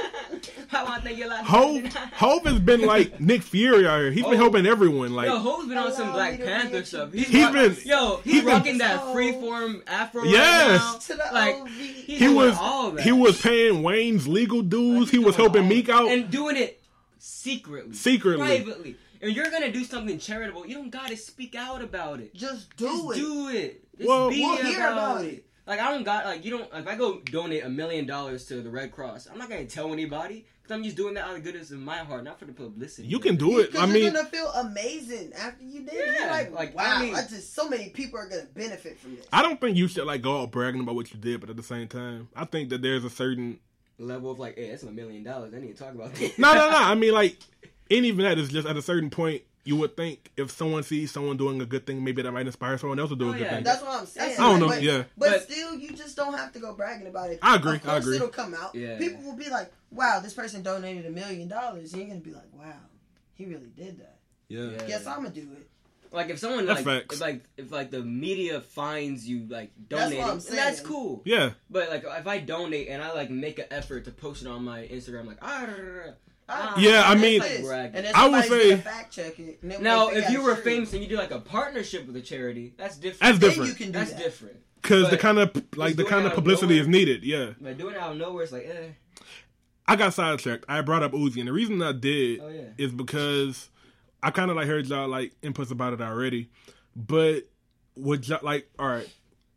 S2: How I think you like
S1: Hove Hove has been like Nick Fury out here. He's been helping everyone. Like
S2: Oh. Yo, Ho's been on some
S3: Allow
S2: Black
S3: me to
S2: Panther
S3: react.
S2: stuff. He's,
S1: He's
S2: rock-
S1: been-
S2: yo, he's,
S1: he's been-
S2: rocking that freeform afro.
S1: Yes.
S2: right
S3: To
S2: now.
S3: the
S2: like
S3: OV.
S2: he's
S1: He
S2: doing
S1: was
S2: all that.
S1: he was paying Wayne's legal dues. He was helping Meek out.
S2: and doing it secretly,
S1: Secretly.
S2: privately. And you're gonna do something charitable. You don't gotta speak out about it.
S3: Just do
S2: Just
S3: it.
S2: do it. Just
S1: Well-
S2: be
S3: We'll
S2: about,
S3: hear about
S2: it.
S3: it.
S2: Like I don't got like you don't like if I go donate a million dollars to the Red Cross, I'm not gonna tell anybody because I'm just doing that out of the goodness of my heart, not for the publicity.
S1: you can do it.
S3: Because
S1: I
S3: you're
S1: mean,
S3: gonna feel amazing after you did. it.
S2: Yeah,
S3: You're like,
S2: like,
S3: wow,
S2: I mean-
S3: I just so many people are gonna benefit from this.
S1: I don't think you should like go out bragging about what you did, but at the same time, I think that there's a
S2: [laughs]
S1: certain
S2: level of like, hey, that's my million dollars. I need to
S1: [laughs]
S2: talk about this.
S1: no, no, no. I mean, like, and even that is just at a certain point, you would think if someone sees someone doing a good thing, maybe that might inspire someone else to do a
S2: Oh,
S1: good
S2: yeah.
S1: thing.
S3: That's what I'm saying.
S2: I
S1: don't know,
S3: But,
S1: yeah.
S3: But,
S2: But-
S3: still, you just don't have to go bragging about it.
S1: I agree,
S3: Of
S1: I
S3: course
S1: agree.
S3: It'll come out.
S2: Yeah.
S3: People will be like, "Wow, this person donated a million dollars." You're gonna be like, "Wow, he really did that."
S1: yeah.
S2: Yeah.
S3: Guess I'm gonna do it.
S2: Like if someone
S1: That's
S2: like
S1: facts.
S2: if like if like the media finds you like
S3: That's what
S2: donating,
S3: I'm
S2: that's,
S3: saying.
S2: cool.
S1: Yeah.
S2: But like if I donate and I like make an effort to post it on my Instagram, like ah, da, da, da, da, ah,
S1: Yeah, I
S2: that's,
S1: mean-
S2: like,
S3: This.
S2: bragging.
S3: And then
S1: I would
S3: somebody's
S1: say-
S3: gonna fact check it. and then
S2: now
S3: they
S2: if
S3: got
S2: you were
S3: sure,
S2: famous and you did like a partnership with a charity, that's different.
S1: That's
S3: then
S1: different.
S3: you can do
S2: That's
S3: that.
S2: different.
S1: Because the
S2: But
S1: kind of like the
S2: doing
S1: kind
S2: it out
S1: of
S2: of
S1: publicity
S2: nowhere.
S1: is needed. Yeah.
S2: Like doing it out of nowhere, it's like eh.
S1: I got sidetracked. I brought up Uzi, and the reason I did
S2: Oh, yeah.
S1: is because I kind of like heard y'all like inputs about it already. But would y'all like? All right,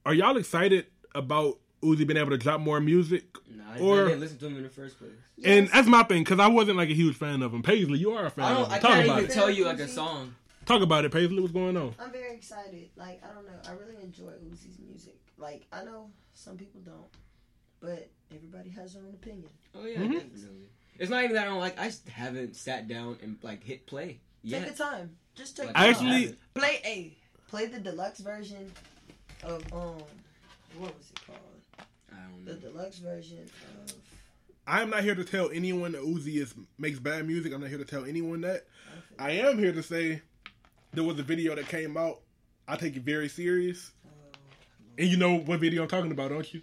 S1: are y'all excited about Uzi being able to drop more music?
S2: Nah, I
S1: Or-
S2: didn't listen to him in the first place.
S1: And that's my thing because I wasn't like a huge fan of him. Paisley, you are a fan.
S2: I
S1: of
S2: don't.
S1: him.
S2: I
S1: Talk
S2: can't
S1: about
S2: even
S1: it.
S2: tell you like a song.
S1: Talk about it, Paisley. What's going on?
S3: I'm very excited. Like I don't know, I really enjoy Uzi's music. Like I know some people don't, but everybody has their own opinion.
S2: Oh
S1: Mm-hmm.
S2: yeah, definitely. It's not even that I don't like. I just haven't sat down and like hit play yet.
S3: Take your time. Just take.
S2: Like,
S3: your time.
S1: Actually-
S3: play a play the deluxe version of um what was it called?
S2: I don't
S3: The
S2: know.
S3: deluxe version of
S1: I'm not here to tell anyone that Uzi is makes bad music. I'm not here to tell anyone that. I am here to say there was a video that came out. I take it very serious, and you know what video I'm talking about, don't you?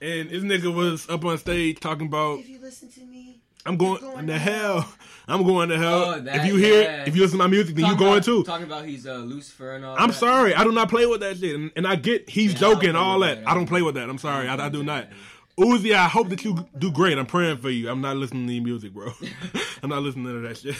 S1: And this nigga was up on stage talking about
S3: If you listen to me,
S1: I'm going,
S3: going
S1: to
S3: to
S1: hell. I'm going to hell.
S2: Oh, that-
S1: if you hear,
S2: yeah.
S1: if you listen to my music, then you
S2: Talking
S1: going
S2: about-
S1: too.
S2: Talking about he's uh, Lucifer and all.
S1: I'm
S2: that.
S1: sorry, I do not play with that shit, and, and I get he's
S2: Yeah, I don't
S1: joking
S2: play
S1: all
S2: with
S1: that.
S2: that.
S1: I don't play with that. I'm sorry, I, I do not. Uzi, I hope that you do great. I'm praying for you. I'm not listening to your music, bro. [laughs] I'm not listening to that shit.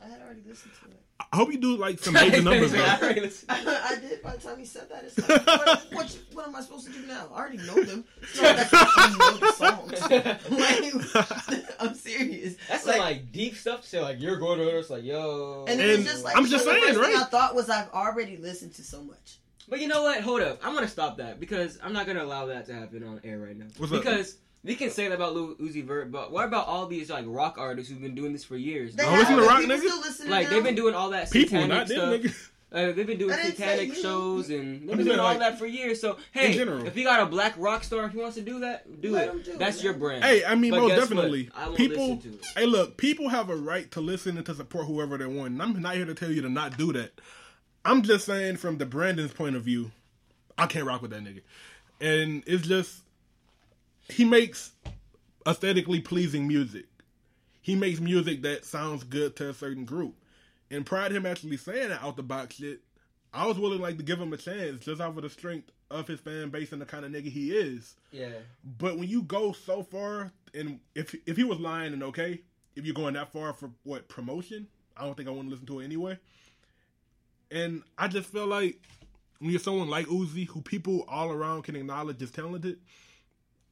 S3: I had already listened to it.
S1: I hope you do like some
S2: [laughs]
S1: major numbers, though.
S2: I already listened. [laughs]
S3: I did. By the time he said that, it's like, what, what, you- what am I supposed to do now? I already know them. It's not like I already know the songs. [laughs] Like, I'm serious.
S2: That's like, like deep stuff to say. Like you're going to It's like yo.
S3: and it was
S1: And
S3: just like
S1: I'm just
S3: so the
S1: saying,
S3: first thing
S1: right?
S3: I thought was I've already listened to so much.
S2: But you know what? Hold up. I'm gonna stop that because I'm not gonna allow that to happen on air right now.
S1: What's up?
S2: because we can say that about Lil Uzi Vert, but what about all these like rock artists who've been doing this for years?
S3: They
S1: Oh, listen to
S3: have,
S1: rock,
S3: people
S1: nigga?
S3: Still listening
S2: like
S3: to
S2: they've
S3: them.
S2: been doing all that
S1: People,
S2: satanic
S1: not
S2: stuff.
S1: them niggas.
S2: Uh, they've been doing
S3: I didn't say
S2: satanic
S3: you.
S2: shows and they've
S1: I'm
S2: been doing
S1: saying,
S2: all
S1: like,
S2: that for years. So hey,
S1: general.
S2: if you got a black rock star if he wants to do that, do
S3: Let him
S2: it.
S3: do it,
S2: That's your
S3: man.
S2: brand.
S1: Hey, I mean,
S2: But
S1: most
S2: guess what?
S1: definitely.
S2: I won't
S1: People,
S2: listen to it.
S1: hey, look, people have a right to listen and to support whoever they want. And I'm not here to tell you to not do that. I'm just saying, from the Brandon's point of view, I can't rock with that nigga. And it's just, he makes aesthetically pleasing music. He makes music that sounds good to a certain group. And prior to him actually saying that out the box shit, I was willing like to give him a chance just off of the strength of his fan base and the kind of nigga he is.
S2: Yeah.
S1: But when you go so far, and if if he was lying and okay, if you're going that far for what promotion, I don't think I want to listen to it anyway. And I just feel like when you're someone like Uzi, who people all around can acknowledge is talented,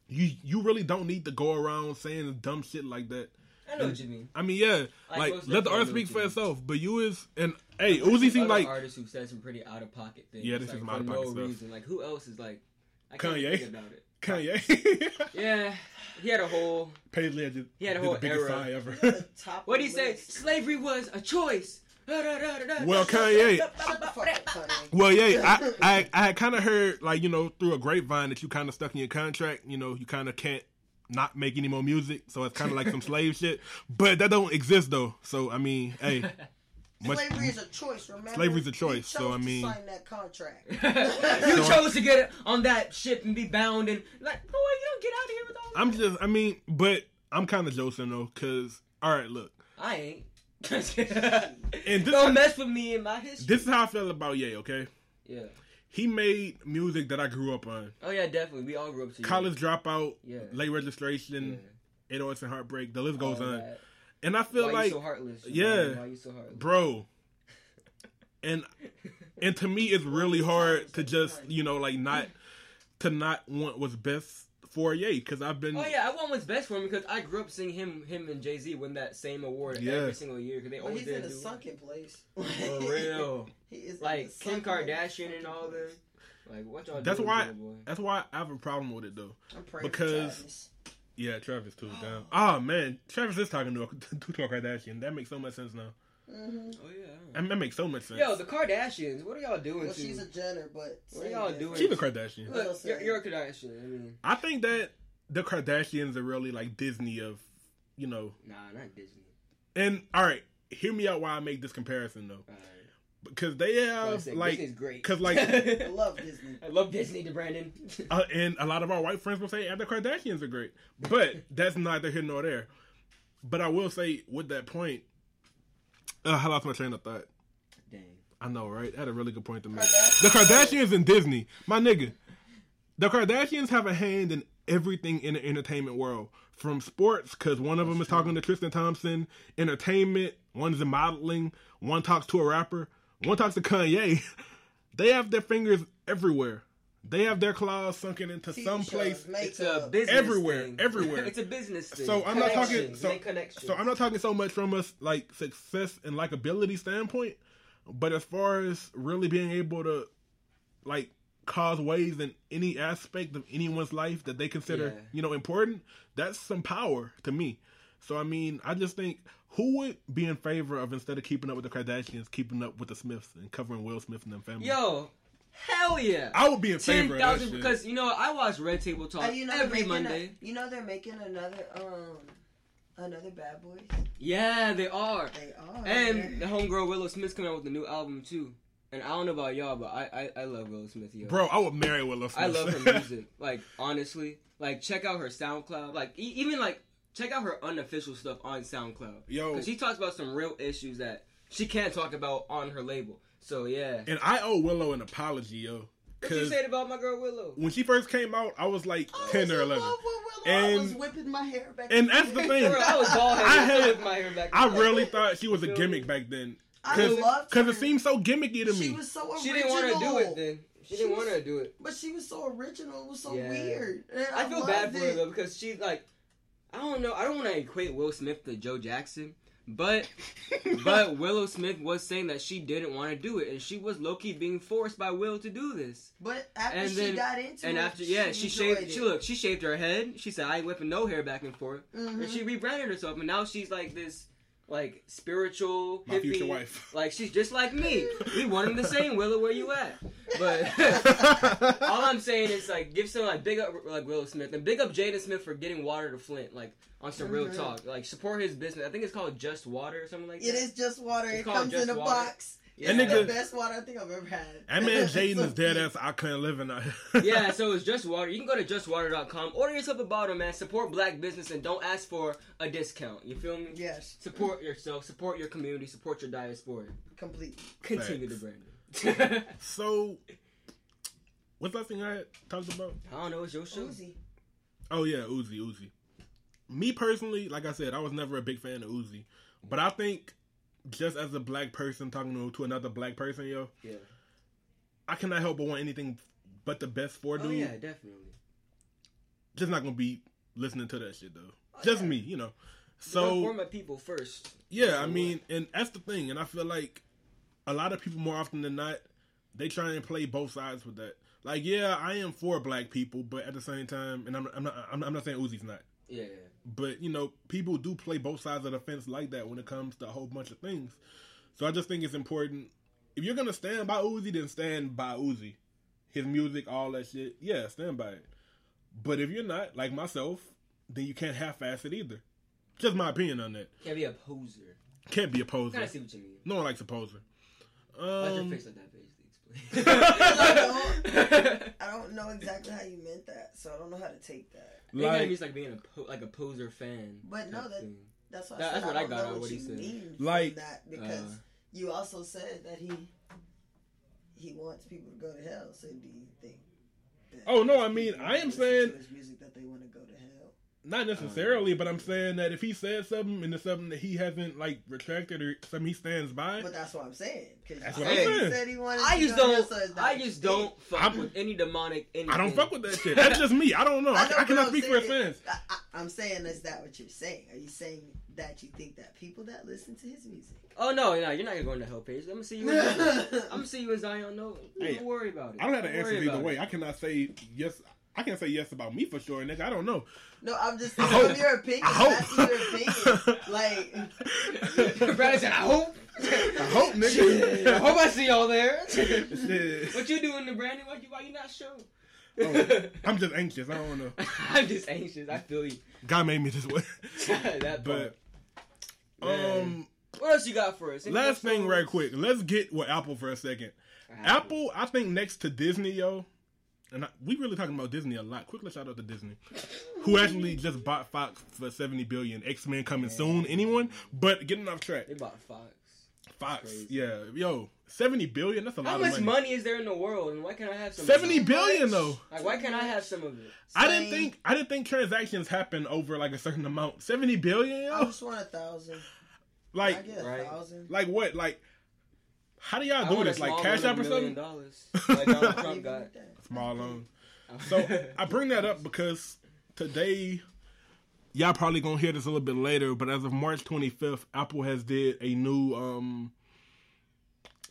S1: you you really don't need to go around saying dumb shit like that.
S2: I know what you mean.
S1: I mean, yeah,
S2: Like,
S1: like,
S2: most
S1: let the
S2: definitely
S1: art speak
S2: Uzi.
S1: for itself. But you is and hey, Uzi seems
S2: Other
S1: like
S2: artists who've said some pretty out of pocket things.
S1: Yeah, this
S2: like,
S1: is some out
S2: for
S1: of
S2: no
S1: pocket stuff.
S2: reason. Like who else is like? I can't
S1: Kanye.
S2: think about it.
S1: Kanye.
S2: Yeah, he had a whole.
S1: [laughs] Paisley had, just,
S2: He had a
S1: did
S2: whole
S1: the biggest
S2: era.
S1: sigh ever.
S2: [laughs]
S3: Top
S2: What did
S3: of
S2: he
S3: the
S2: say?
S3: list.
S2: Slavery was a choice. Da, da, da, da, da.
S1: well, Kanye.
S3: Shut the fuck up, Kanye.
S1: Well,
S2: [laughs]
S1: yeah, I I, I had kind of heard like you know through a grapevine that you kind of stuck in your contract. You know, you kind of can't not make any more music, so it's kind of
S2: [laughs]
S1: like some slave shit. But that don't exist though. So I mean, hey, much,
S3: Slavery is a choice, remember?
S1: Slavery's a
S3: You
S1: choice, so,
S3: chose
S1: I
S3: to
S1: mean-
S3: sign that contract.
S2: Oh, you chose to get on that ship and be bound and like, boy, you don't get out of here with all.
S1: I'm just I mean, but I'm kind of joking though, cause all right, look,
S2: I ain't. [laughs] and
S1: this-
S2: don't mess with me in my history.
S1: this is how I feel about Ye. Okay,
S2: yeah.
S1: he made music that I grew up on.
S2: Oh yeah, definitely. We all grew up to you.
S1: College dropout,
S2: Yeah.
S1: late registration, it always and heartbreak. The list goes
S2: All
S1: on,
S2: that.
S1: and I feel
S2: Why
S1: like
S2: you so heartless?
S1: yeah.
S2: Why you so heartless?
S1: bro. And and to me, it's really hard to just you know like not to not want what's best for Ye because I've been
S2: Oh yeah, I want what's best for him because I grew up seeing him, him and Jay Z win that same award
S1: Yeah.
S2: every single year because they
S3: But
S2: always
S3: he's in
S2: did.
S3: a
S2: it.
S3: sunken place.
S2: For real.
S3: [laughs] He is in a
S2: like Kim
S3: sunken
S2: Kardashian and all them.
S3: place.
S2: Like what y'all
S1: that's
S2: doing,
S1: why
S2: little boy?
S1: that's why I have a problem with it though.
S3: I'm praying
S1: Because-
S3: for Travis.
S1: Yeah, Travis too down. [gasps] Oh man, Travis is talking to a, to a [laughs] Kardashian. That makes so much sense now.
S3: Mm-hmm.
S2: Oh yeah.
S1: I mean, that makes so much sense.
S2: Yo, the Kardashians. What are y'all doing?
S3: Well,
S2: to-
S3: she's a Jenner, but
S2: What are y'all doing?
S1: she's a Kardashian.
S2: Look, you're, you're a Kardashian. I mean,
S1: I think that the Kardashians are really like Disney of you know.
S2: nah, not Disney.
S1: And all right, hear me out. Why I make this comparison though,
S2: Alright.
S1: because they
S2: Like I
S1: have
S2: said,
S1: Uh, like
S2: Disney's great.
S1: because like
S3: I love Disney.
S2: [laughs] I love Disney to Brandon.
S1: Uh, and a lot of our white friends will say, "And the Kardashians are great," but that's neither here nor there. But I will say, with that point, uh, I lost my train of thought.
S2: Dang.
S1: I know, right? That had a really good point to make. The Kardashians and Disney, my nigga. The Kardashians have a hand in everything in the entertainment world, from sports, because one of them is talking to Tristan Thompson, entertainment, one's in modeling, one talks to a rapper, one talks to Kanye. [laughs] they have their fingers everywhere. They have their claws sunken into [laughs]
S3: TV
S1: some
S3: shows,
S1: place.
S3: makeup.
S2: It's a business.
S1: Everywhere,
S2: thing.
S1: everywhere.
S2: [laughs] it's a business thing.
S1: So I'm not talking.
S2: Connections,
S1: So,
S2: make connections.
S1: so I'm not talking so much from a like success and likability standpoint. But as far as really being able to like cause waves in any aspect of anyone's life that they consider,
S2: Yeah.
S1: you know, important, that's some power to me. So I mean, I just think who would be in favor of instead of keeping up with the Kardashians, keeping up with the Smiths and covering Will Smith and them family?
S2: Yo, hell yeah.
S1: I would be in favor
S2: Ten
S1: of that
S2: thousand
S1: shit.
S2: because you know I watch Red Table Talk
S3: Uh, you know they're
S2: every
S3: making
S2: Monday.
S3: a- you know they're making another um another Bad Boys.
S2: Yeah, they are.
S3: They are.
S2: And the homegirl Willow Smith's coming out with a new album too. And I don't know about y'all, but I I, I love Willow Smith. Yo.
S1: Bro, I would marry Willow Smith.
S2: I love her music. Like honestly, like check out her SoundCloud. Like e- even like check out her unofficial stuff on SoundCloud.
S1: [laughs] Yo.
S2: 'Cause she talks about some real issues that she can't talk about on her label. So yeah,
S1: and I owe Willow an apology, yo.
S2: what you
S1: Cause
S2: said about my girl Willow?
S1: when she first came out, I was like
S3: Oh,
S1: Oh, ten or eleven.
S3: And, I was
S1: And-
S3: whipping my hair back.
S1: And that's the thing.
S2: Girl, [laughs] I was bald headed.
S1: I
S2: I
S1: had-
S2: my hair back.
S1: I really thought she was a gimmick back then.
S3: I
S1: Cause,
S3: loved
S1: 'cause
S3: her.
S1: it seemed so gimmicky to
S3: she
S1: me. [laughs]
S3: was [laughs] so original.
S2: she didn't want to do it then. She didn't
S3: She
S2: want to
S3: was-
S2: do it.
S3: But she was so original. It was so
S2: Yeah.
S3: weird. And
S2: I feel
S3: loved
S2: bad for her
S3: it.
S2: though because she's like, I don't know. I don't want to equate Will Smith to Joe Jackson, but but Willow Smith was saying that she didn't want to do it, and she was low key being forced by Will to do this.
S3: But after
S2: And
S3: she
S2: then
S3: got into
S2: and
S3: it,
S2: after yeah, she, shaved.
S3: enjoyed
S2: She
S3: it.
S2: look, she shaved her head. She said, "I ain't whipping no hair back and forth," and she rebranded herself, and now she's like this. Like spiritual,
S1: My future
S2: hippie.
S1: wife.
S2: Like she's just like me. We one and the same. Willow, where you at?
S1: [laughs]
S2: But all I'm saying is like give some like big up like Willow Smith and big up Jaden Smith for getting water to Flint like on some real talk like support his business. I think it's called Just Water or something like that.
S3: Mm-hmm. It is just water.
S2: It's
S3: It
S2: called
S3: comes
S2: just
S3: in a
S2: water.
S3: box.
S2: Yeah.
S1: And
S3: It's
S1: nigga-
S3: the best water I think I've ever had.
S1: That
S3: [laughs]
S1: man
S3: So
S1: Jaden is dead
S3: cute.
S1: ass. I couldn't live in that. [laughs]
S2: yeah, so it's Just Water. You can go to justwater.com, order yourself a bottle, man. Support black business and don't ask for a discount. You feel me?
S3: Yes,
S2: Support yourself, support your community, support your diaspora.
S3: completely.
S2: Continue
S1: Facts.
S2: to Brandon.
S1: So, what's the last thing I had talked about?
S2: I don't know, it's your show.
S3: Uzi.
S1: Oh yeah, Uzi, Uzi. Me personally, like I said, I was never a big fan of Uzi, but I think just as a black person talking to, to another black person, yo,
S2: Yeah.
S1: I cannot help but want anything but the best for dude.
S2: Oh yeah, definitely.
S1: Just not gonna be listening to that shit though. just me, you know.
S2: So
S1: So
S2: inform my people first.
S1: Yeah, I mean, and that's the thing, and I feel like a lot of people more often than not, they try and play both sides with that. Like, yeah, I am for black people, but at the same time, and I'm, I'm not, I'm, I'm not saying Uzi's not,
S2: Yeah.
S1: but you know, people do play both sides of the fence like that when it comes to a whole bunch of things. So I just think it's important if you're gonna stand by Uzi, then stand by Uzi, his music, all that shit. Yeah, stand by it. But if you're not like myself, then you can't half-ass it either. Just my opinion on that.
S2: Can't be a poser.
S1: Can't be opposed.
S2: Kinda see what you mean.
S1: No one likes a poser.
S2: Like your
S1: Um,
S2: face like that, [laughs] basically.
S3: I don't know exactly how you meant that, so I don't know how to take that.
S2: Like,
S1: like,
S2: means like being a po- like a poser fan.
S3: But no,
S2: type
S3: that-
S2: thing.
S3: That's why I
S2: That-
S3: said
S2: that's what I
S3: I don't
S2: got
S3: know
S2: out of what
S3: what
S2: he
S3: you
S2: said.
S3: mean
S1: Like-
S3: from that because
S2: Uh.
S3: you also said that he he wants people to go to hell. So do you think? that
S1: Oh, no, I
S3: people
S1: mean,
S3: who
S1: I am
S3: listen
S1: saying-
S3: to his music that they want to go to hell.
S1: not necessarily, but I'm saying that if he says something and it's something that he hasn't like retracted or something he stands by,
S3: But that's what I'm saying. Cause
S1: That's
S3: you
S1: what I'm
S3: said he
S1: saying.
S3: Said he wanted
S2: I
S3: to
S2: just
S3: go to hell,
S2: don't.
S3: so it's not
S2: I
S3: a
S2: just
S3: thing.
S2: don't fuck
S1: I'm-
S2: with any demonic. Anything.
S1: I don't fuck with that
S2: [laughs]
S1: shit. That's just me. I
S3: [laughs]
S1: don't know. I,
S3: know,
S1: I cannot
S3: but
S1: speak
S3: I'm
S1: for a
S3: saying-
S1: fans.
S3: I, I, I'm saying, is that what you're saying? Are you saying that you think that people that listen to his
S2: [laughs]
S3: music? [laughs]
S2: Oh no, no, you're not going to hell, Paige. I'm gonna see you. In Zion. I'm gonna see you in Zion. No,
S1: Hey,
S2: don't worry about it.
S1: I don't have the
S2: worry
S1: answers either
S2: about
S1: way.
S2: it.
S1: I cannot say yes. I can't say yes about me for sure, nigga. I don't know.
S2: [laughs]
S3: No, I'm just saying,
S1: hope.
S3: from your opinion,
S1: I hope.
S3: that's your
S1: [laughs]
S3: opinion.
S2: [laughs]
S3: like,
S2: Brandon said, "I hope,
S1: I hope, nigga.
S2: [laughs] I hope I see y'all there."
S1: Shit.
S2: [laughs] what you doing to Brandon? Why you why you not sure?
S1: Oh, I'm just anxious. I don't know.
S2: [laughs] I'm just anxious. I feel you. [laughs]
S1: God made me this way.
S2: that
S1: But
S2: part.
S1: um.
S2: What else you got for us? Any
S1: Last
S2: more
S1: thing,
S2: songs?
S1: right quick. Let's get with Apple for a second. Apple, I think next to Disney, yo, and I, we really talking about Disney a lot. Quickly shout out to Disney, who actually just bought Fox for seventy billion. X Men coming soon. Anyone? But getting off track.
S2: They bought Fox.
S1: Fox,
S2: crazy.
S1: yeah, yo, seventy billion. That's a
S2: How
S1: lot
S2: much
S1: of
S2: money.
S1: money.
S2: is there in the world, and why can't I have some? of it?
S1: Seventy billion though.
S2: Like, why can't I have some of it?
S1: I didn't
S3: Same.
S1: think I didn't think transactions happen over like a certain amount. Seventy billion,
S3: I
S1: yo.
S3: just want a thousand. I
S1: Like,
S3: get a
S2: Right.
S3: thousand.
S1: like what? Like, how do y'all
S2: I
S1: do
S2: want a
S1: this? Like
S2: small
S1: cash
S2: loan
S1: app
S2: of
S1: or
S2: a million
S1: something?
S2: dollars,
S1: [laughs]
S2: like Donald Trump
S3: Even
S2: got.
S3: with that.
S1: Small loan. So I bring that up because today, y'all probably gonna hear this a little bit later, but as of March 25th, Apple has did a new um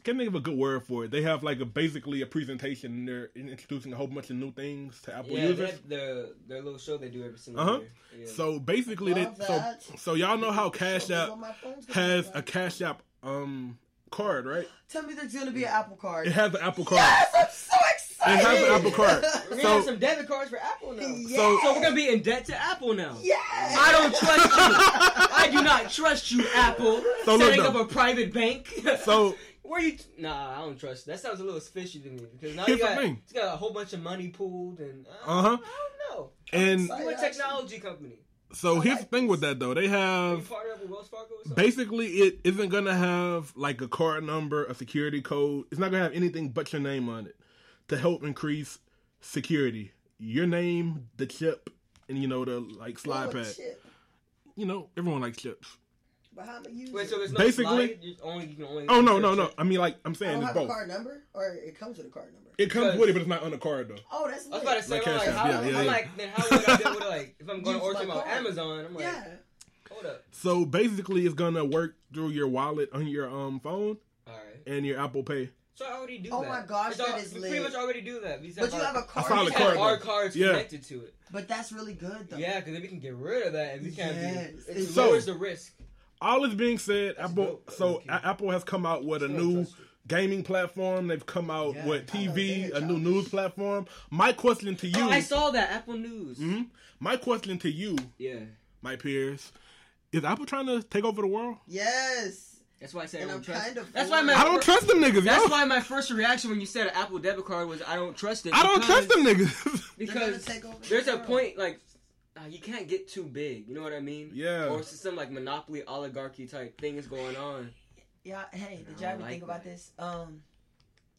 S1: can't think of a good word for it. They have like a basically a presentation. And they're in- introducing a whole bunch of new things to Apple
S2: Yeah, they
S1: users.
S2: have their their little show they do every single
S1: Uh huh.
S2: year. Yeah.
S1: So basically, they,
S3: Love
S1: so
S3: that.
S1: so y'all know how Cash
S3: Show me
S1: App
S3: what my phone's gonna
S1: has
S3: look
S1: a
S3: like.
S1: Cash App um card, right?
S3: Tell me there's gonna be an Apple card.
S1: It has an Apple card.
S3: yes, I'm so
S1: It
S3: excited.
S1: has an Apple
S3: [laughs]
S1: card.
S2: we're gonna have
S1: So
S2: some debit cards for Apple now.
S3: Yes.
S1: so
S2: So we're gonna be in debt to Apple now.
S3: yes.
S2: I don't trust you. I do not trust you, Apple.
S1: So look,
S2: Setting
S1: though.
S2: up a private bank.
S1: [laughs] so
S2: Where you? T- nah, I don't trust. That sounds a little fishy to me because now
S1: Here's
S2: you
S1: the
S2: got,
S1: thing.
S2: you got a whole bunch of money pooled and uh,
S1: Uh-huh.
S2: I don't know.
S1: and
S2: You're a technology company.
S1: so here's the thing with that though. They
S2: Are you
S1: have
S2: partnered up with Wells Fargo or something?
S1: basically it isn't gonna have like a card number, a security code. It's not gonna have anything but your name on it to help increase security. Your name, the chip, and you know the like slide
S3: Oh,
S1: pad.
S3: shit.
S1: You know everyone likes chips.
S3: But how am I using
S2: Wait,
S3: it?
S2: so there's no
S1: Basically-
S2: slide? You only, you can only
S1: Oh no no no! I mean like I'm
S3: I
S1: saying
S3: don't
S1: it's
S3: have a
S1: both.
S3: card number, or it comes with a card number.
S1: It comes
S2: Because-
S1: with it, but it's not on the card though.
S3: Oh, that's
S2: I was about to
S3: lit.
S2: say,
S1: Like
S2: I'm, like,
S1: cash
S2: how,
S1: apps, yeah, yeah,
S2: I'm
S1: yeah.
S2: like, then how would I deal with like
S3: [laughs]
S2: if I'm going to
S3: Use
S2: order
S3: my
S2: something on
S3: card.
S2: Amazon? I'm like,
S3: Yeah.
S2: hold up,
S1: So basically, it's gonna work through your wallet on your um phone
S2: all right.
S1: and your Apple Pay.
S2: So I already do
S3: Oh
S2: that.
S3: my gosh,
S2: It's al-
S3: that is
S2: we
S3: lit.
S2: Pretty much already do that. We just
S3: But you
S2: our-
S3: have a
S1: I
S3: card.
S1: saw
S2: we
S1: the
S2: just have
S1: card.
S2: our cards
S1: Yeah.
S2: connected to it.
S3: But that's really good though.
S2: Yeah, because then we can get rid of that and we can't
S3: Yes.
S2: be. It
S3: So-
S2: lowers the risk.
S1: All is being said, Apple.
S2: dope.
S1: So
S2: Okay.
S1: A- Apple has come out with a new gaming platform. They've come out
S2: Yeah,
S1: with
S2: I
S3: know,
S1: TV,
S3: they're
S1: a new news platform. My question to you, hmm?
S2: Oh, I saw that Apple News.
S1: Mm-hmm. my question to you,
S2: Yeah,
S1: my peers, is Apple trying to take over the world?
S3: Yes.
S2: that's why I said
S3: And
S2: I don't
S3: I'm
S2: trust.
S3: kind of
S2: that's why my
S1: I don't
S2: fir-
S1: trust them niggas,
S2: That's
S1: yo.
S2: why my first reaction when you said an Apple debit card was I don't trust it.
S1: I don't
S2: because-
S1: trust them niggas. [laughs]
S2: because
S3: They're gonna take over
S2: there's
S3: the
S2: a
S3: world.
S2: point like uh, you can't get too big. You know what I mean?
S1: Yeah.
S2: Or it's just some like monopoly oligarchy type thing is going on.
S3: Yeah. Hey, did
S2: I
S3: y'all ever
S2: like
S3: think about
S2: that.
S3: this? Um,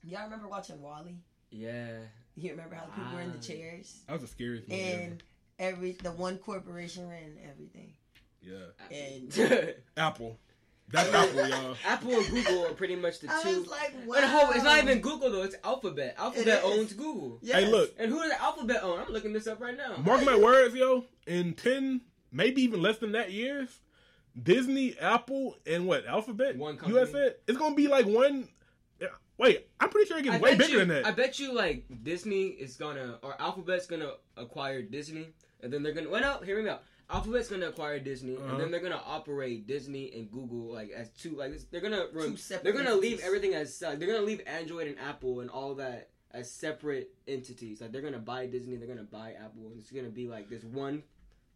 S3: y'all remember watching Wally?
S2: Yeah.
S3: You remember how the people were in the
S2: Wow.
S3: chairs
S1: That was the scariest movie
S3: and every the one corporation ran everything.
S1: ever.
S3: And
S2: Apple.
S1: Yeah, Apple. That's Apple, y'all.
S2: [laughs] Apple and Google are pretty much the
S3: I
S2: two.
S3: was like, wow.
S2: But hold, it's not even Google though. It's Alphabet. Alphabet
S3: is.
S2: owns Google.
S3: Yes.
S1: Hey, look,
S2: And who does Alphabet own? I'm looking this up right now.
S1: Mark my words, yo. In ten, maybe even less than that years, Disney, Apple, and what Alphabet,
S2: One company.
S1: USA, it's gonna be like one. yeah, Wait, I'm pretty sure it gets
S2: I
S1: way
S2: bet
S1: bigger
S2: you,
S1: than that.
S2: I bet you like Disney is gonna or Alphabet's gonna acquire Disney, and then they're gonna. Well, no, hear me out. Alphabet's gonna acquire Disney, and
S1: Uh-huh.
S2: then they're gonna operate Disney and Google like as two like it's- they're gonna run,
S3: separate
S2: they're gonna leave
S3: entities.
S2: everything as like, they're gonna leave Android and Apple and all that as separate entities. Like they're gonna buy Disney, they're gonna buy Apple, and it's gonna be like this one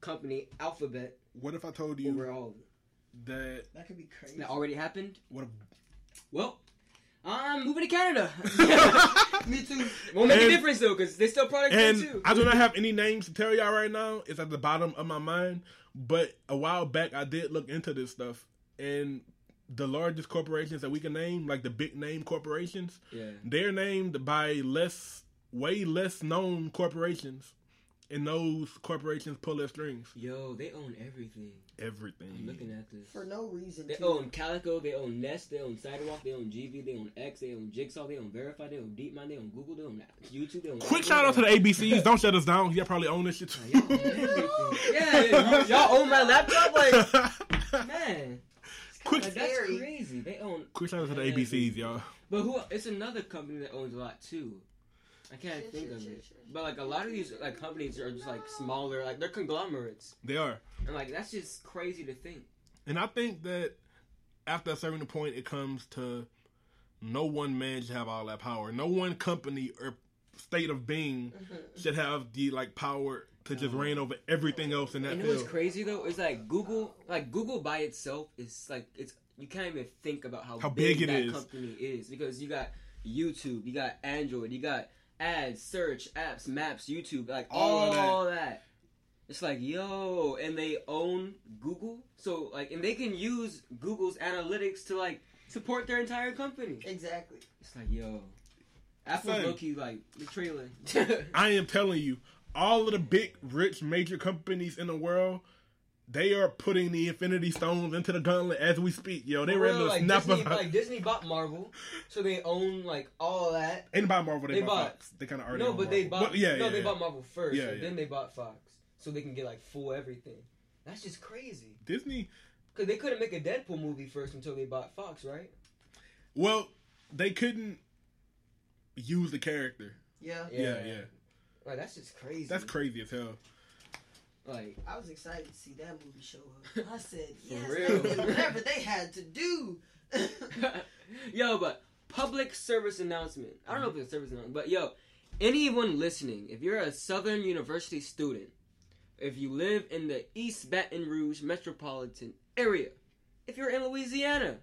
S2: company, Alphabet,
S1: what if I told
S2: over all. of it.
S1: that?
S3: That could be crazy.
S2: That already happened.
S1: What? If,
S2: Well, I'm moving
S1: [laughs]
S2: to Canada. Me too. Won't make
S1: And-
S2: a difference though, because they still products there,
S1: and
S2: too.
S1: I do not have any names to tell y'all right now. It's at the bottom of my mind. But a while back, I did look into this stuff, and the largest corporations that we can name, like the big name corporations,
S2: Yeah.
S1: they're named by less, way less known corporations, and those corporations pull their strings.
S2: Yo, they own everything. I'm looking
S1: Everything.
S2: at this.
S3: for no reason.
S2: They
S3: too.
S2: own Calico, they own Nest, they own Sidewalk, they own GV, they own X, they own Jigsaw, they own Verify, they own DeepMind, they own Google, they own YouTube, they own.
S1: Quick shout out to the ABCs. Don't shut us down. Y'all probably own this shit too.
S2: Oh, Yeah, yeah, y'all own my
S1: [laughs]
S2: laptop, like man,
S1: quick,
S2: like, that's
S3: Scary.
S2: crazy. They own.
S1: quick shout out to the ABCs, y'all.
S2: But who? It's another company that owns a lot too. I can't
S3: Shit,
S2: think
S3: shit,
S2: of
S3: shit,
S2: it.
S3: shit.
S2: But like a lot of these like companies are just like smaller, like they're conglomerates,
S1: They are.
S2: and like that's just crazy to think.
S1: And I think that after a certain point, it comes to no one man should have all that power. No one company or state of being
S2: Mm-hmm.
S1: should have the like power to just reign over everything else in that
S2: You know what's
S1: field.
S2: crazy though? It's like Google, like Google by itself is like it's you can't even think about how,
S1: How big it
S2: that
S1: is.
S2: company is because you got YouTube, you got Android, you got ads, search, apps, maps, YouTube, like
S1: All
S2: all,
S1: of
S2: that. It's like yo, and they own Google, so like, and they can use Google's analytics to like support their entire company.
S3: Exactly.
S2: It's like yo, Apple
S1: Same.
S2: Loki like the trailer. [laughs]
S1: I am telling you, all of the big, rich, major companies in the world, they are putting the Infinity Stones into the gauntlet as we speak. Yo, they ready
S2: Well,
S1: to
S2: like,
S1: snap
S2: Disney,
S1: us. [laughs]
S2: like Disney bought Marvel, so they own like all that.
S1: Ain't about Marvel. They,
S2: They
S1: bought.
S2: bought-
S1: Fox. They kind of already.
S2: No,
S1: own
S2: but they
S1: Marvel.
S2: bought.
S1: But yeah,
S2: no,
S1: yeah,
S2: they
S1: yeah.
S2: bought Marvel first,
S1: Yeah,
S2: and
S1: yeah.
S2: then they bought Fox, so they can get like full everything. That's just crazy.
S1: Disney.
S2: Cause they couldn't make a Deadpool movie first until they bought Fox, right?
S1: Well, they couldn't use the character.
S3: Yeah.
S1: Yeah, yeah.
S2: Like that's just crazy.
S1: That's crazy as hell.
S2: Like
S3: I was excited to see that movie show
S2: [laughs]
S3: up. I said, yes,
S2: real.
S3: they did whatever they had to do. [laughs]
S2: [laughs] yo, but public service announcement. I don't know if it's a service announcement, but yo, anyone listening, if you're a Southern University student, if you live in the East Baton Rouge metropolitan area, if you're in Louisiana,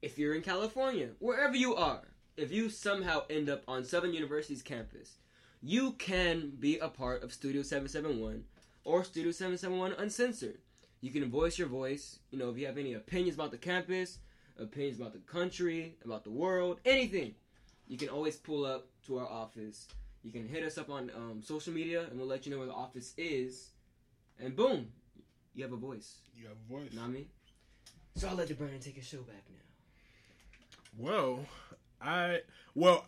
S2: if you're in California, wherever you are, if you somehow end up on Southern University's campus, you can be a part of Studio 771 or Studio 771 Uncensored. You can voice your voice. You know, if you have any opinions about the campus, opinions about the country, about the world, anything, you can always pull up to our office. You can hit us up on um, social media, and we'll let you know where the office is. And boom, you have a voice.
S1: You have a voice.
S2: Know what I mean? So I'll let DeBryan take his show back now.
S1: Well, I well,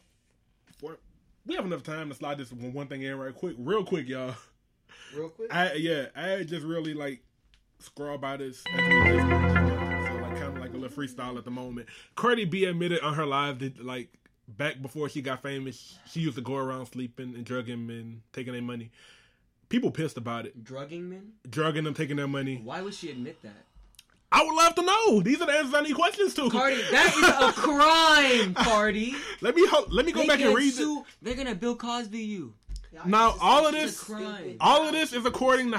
S1: for, we have enough time to slide this one one thing in right quick, real quick, y'all.
S2: Real quick.
S1: I yeah, I just really like scroll by this. As we just mentioned. So like kind of like a little freestyle at the moment. Cardi B admitted on her live that like back before she got famous, she used to go around sleeping and drugging men, taking their money. People pissed about it,
S2: Drugging men?
S1: drugging them, taking their money.
S2: Why would she admit that?
S1: I would love to know. These are the answers I need questions to.
S2: Cardi, that is a crime, Cardi.
S1: let me ho- let me [laughs] go
S2: They
S1: back and
S2: can
S1: read it.
S2: sue- They're gonna Bill Cosby you.
S1: Now all of
S2: It's a
S1: this,
S2: crime.
S1: all of this is according to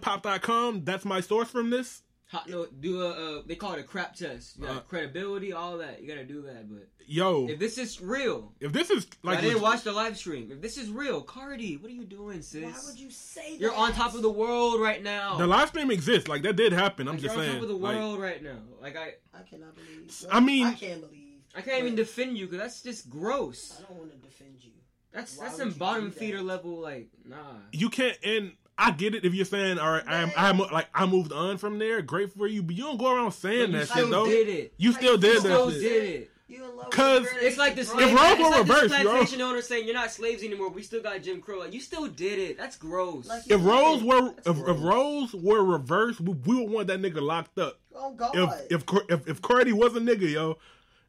S1: hotnewhiphop.com. That's my source from this.
S2: Hot, no, do a, uh, they call it a crap test. You got
S1: Uh.
S2: credibility, all that. You gotta do that. But
S1: Yo,
S2: if this is real,
S1: if this is like
S2: I didn't watch the live stream. If this is real, Cardi, what are you doing, sis?
S3: Why would you say that?
S2: You're on top of the world right now.
S1: the live stream exists, like that did happen. I'm
S2: Oh. Like,
S1: just
S2: you're
S1: saying.
S2: on top of the
S1: like,
S2: world right now. Like I,
S3: I cannot believe.
S1: I mean-
S3: I can't believe.
S2: I can't even
S3: But
S2: defend you because that's just gross.
S3: I don't want to defend you.
S2: That's
S3: Why
S2: that's
S3: would
S2: some
S3: you do
S2: bottom
S3: that?
S2: feeder level. Like nah.
S1: you can't. And I get it if you're saying, all right, I'm, I'm like I moved on from there. Great for you, but you don't go around saying
S2: But you
S1: that
S2: still
S1: shit though.
S2: did it.
S1: You still did
S2: You
S1: that
S2: still
S1: shit.
S2: did it.
S3: You in love? with
S1: 'Cause
S3: a girl that
S2: It's like the
S3: you
S2: slave,
S3: brought
S1: If roles
S2: it's
S1: were
S2: like this
S1: reversed, yo.
S2: plantation owner saying you're not slaves anymore. We still got Jim Crow. Like, you still did it. That's gross.
S3: Like,
S1: If roles were
S2: That's
S1: if,
S2: gross.
S1: if roles were reversed, we, we would want that nigga locked up.
S3: Oh God.
S1: If if Car- if, if Cardi was a nigga, yo,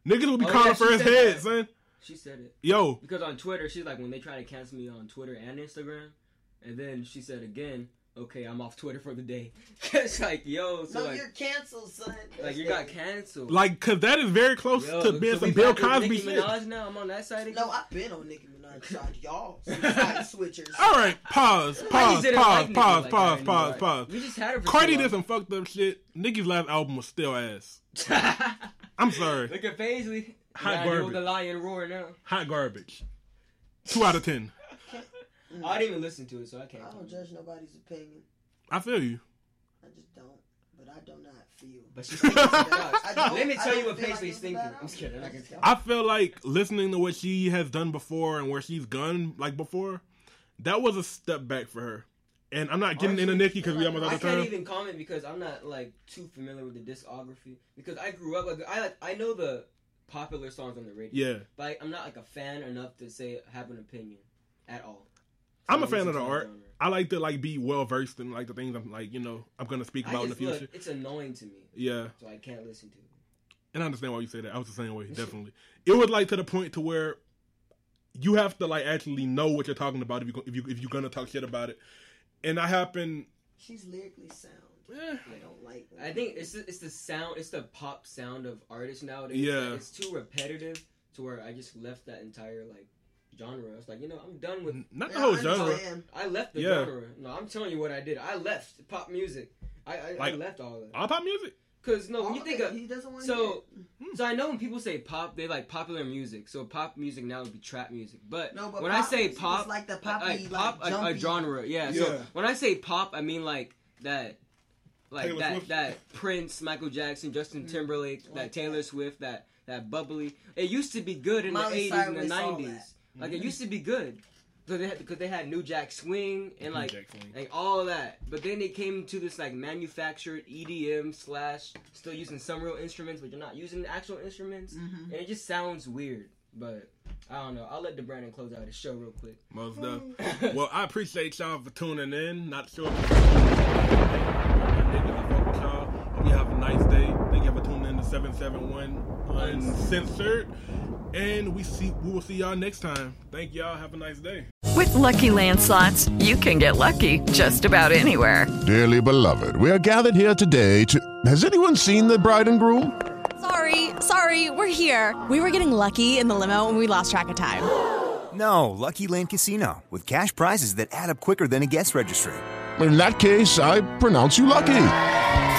S1: niggas would be
S2: Oh,
S1: calling
S2: yeah,
S1: for
S2: she
S1: his
S2: said
S1: head,
S2: that.
S1: son.
S2: she said it
S1: Yo,
S2: because on Twitter she's like when they try to cancel me on Twitter and Instagram, and then she said again, okay, I'm off Twitter for the day. [laughs] it's like yo, so
S3: no,
S2: like
S3: you're canceled, son.
S2: like you got canceled.
S1: Like, cause that is very close
S2: Yo,
S1: to being
S2: so
S1: some
S2: we
S1: Bill
S2: back with
S1: Cosby
S2: Nicki
S1: shit.
S2: Minaj now. I'm on that side again.
S3: [laughs] No, I've been on Nicki Minaj side,
S2: [laughs]
S3: y'all. Side
S1: [laughs]
S3: switchers.
S1: All right, pause,
S2: Why you
S1: pause,
S2: didn't like
S1: pause,
S2: Nicki
S1: pause,
S2: like that
S1: pause,
S2: anymore?
S1: pause, pause.
S2: We just had her. For
S1: Cardi
S2: so
S1: did
S2: long.
S1: some fucked up shit. Nicki's last album was still ass. I'm sorry,
S2: [laughs] Look at Paisley.
S1: Hot
S2: Now I know
S1: garbage.
S2: The lion roar now.
S1: hot garbage. Two out of ten.
S3: Mm.
S2: Oh, I didn't even listen to it, so I can't.
S3: I don't judge nobody's opinion.
S1: I feel you.
S3: I just don't. But I do not feel.
S2: But she's
S3: [laughs]
S2: thinking something [laughs] else.
S3: I don't-
S2: Let me
S3: I
S2: tell you
S3: don't
S2: what
S3: feel like
S2: Paisley's
S3: it's
S2: thinking.
S3: bad.
S2: I'm just kidding. I can tell.
S1: I feel like listening to what she has done before and where she's gone like before, that was a step back for her. And I'm not getting into
S2: Honestly,
S1: Nicki because we almost out
S2: I
S1: of
S2: can't
S1: time.
S2: even comment because I'm not like too familiar with the discography because I grew up like I like I know the popular songs on the radio,
S1: Yeah,
S2: but I, I'm not like a fan enough to say have an opinion at all. So
S1: I'm a
S2: I
S1: fan
S2: listen
S1: of the
S2: to
S1: art.
S2: genre.
S1: I like to like be well versed in like the things I'm like you know I'm gonna speak
S2: I
S1: about in the
S2: just-
S1: future.
S2: look, it's annoying to me,
S1: Yeah.
S2: so I can't listen to it.
S1: and I understand why you say that. I was the same way, definitely. it was like to the point to where you have to like actually know what you're talking about if you go- if you if you're gonna talk shit about it. And I happen,
S3: She's lyrically
S2: [sighs]
S3: sound.
S1: eh,
S3: I don't like. Her.
S2: I think it's the, it's the sound, it's the pop sound of artists nowadays.
S1: Yeah.
S2: Like, it's too repetitive to where I just left that entire like genre. It's like you know I'm done with
S1: not the
S3: Yeah,
S1: whole
S3: I
S1: genre.
S3: understand.
S2: I left the
S1: Yeah.
S2: genre. No, I'm telling you what I did. I left pop music. I I, I
S1: Like-
S2: left all of that.
S1: All pop music.
S2: Cause no, when
S3: All
S2: you
S3: of
S2: think
S3: it,
S2: of
S3: he doesn't want
S2: so
S3: to.
S1: Hmm.
S2: so I know when people say pop, they like popular music. So pop music now would be trap music. But,
S3: No, but
S2: when I
S3: pop
S2: say
S3: music is
S2: pop,
S3: like the
S2: I-
S3: poppy,
S2: like,
S3: like,
S2: pop a- a,
S3: jumpy.
S2: genre. Yeah, So
S1: Yeah.
S2: when I say pop, I mean like that. Like
S1: Taylor
S2: that,
S1: Swift.
S2: that Prince, Michael Jackson,
S3: Hmm.
S2: Justin Timberlake, that Taylor Swift, that that bubbly. It used to be good in
S3: Miley
S2: the '80s and the
S3: Cyrus, all
S2: '90s. Like
S1: Mm-hmm.
S2: it used to be good, because they had because they had New Jack Swing and like
S1: Jack Swing.
S2: like all that. But then they came to this like manufactured EDM slash still using some real instruments, but you're not using the actual instruments,
S3: Mm-hmm.
S2: and it just sounds weird. But I don't know. I'll let DeBrandon close out his show real quick.
S1: Most stuff. [laughs]
S3: Hmm.
S1: well, I appreciate y'all for tuning in. Not sure. If Niggas, I fuck with y'all. Hope you have a nice day. Thank you for tuning in to seven seven one uncensored, and we see we will see y'all next time. Thank y'all. Have a nice day.
S4: With Lucky Land slots, you can get lucky just about anywhere.
S5: Dearly beloved, we are gathered here today to. Has anyone seen the bride and groom?
S6: Sorry, sorry, we're here. We were getting lucky in the limo and we lost track of time.
S7: No, Lucky Land Casino, with cash prizes that add up quicker than a guest registry.
S5: In that case, I pronounce you lucky.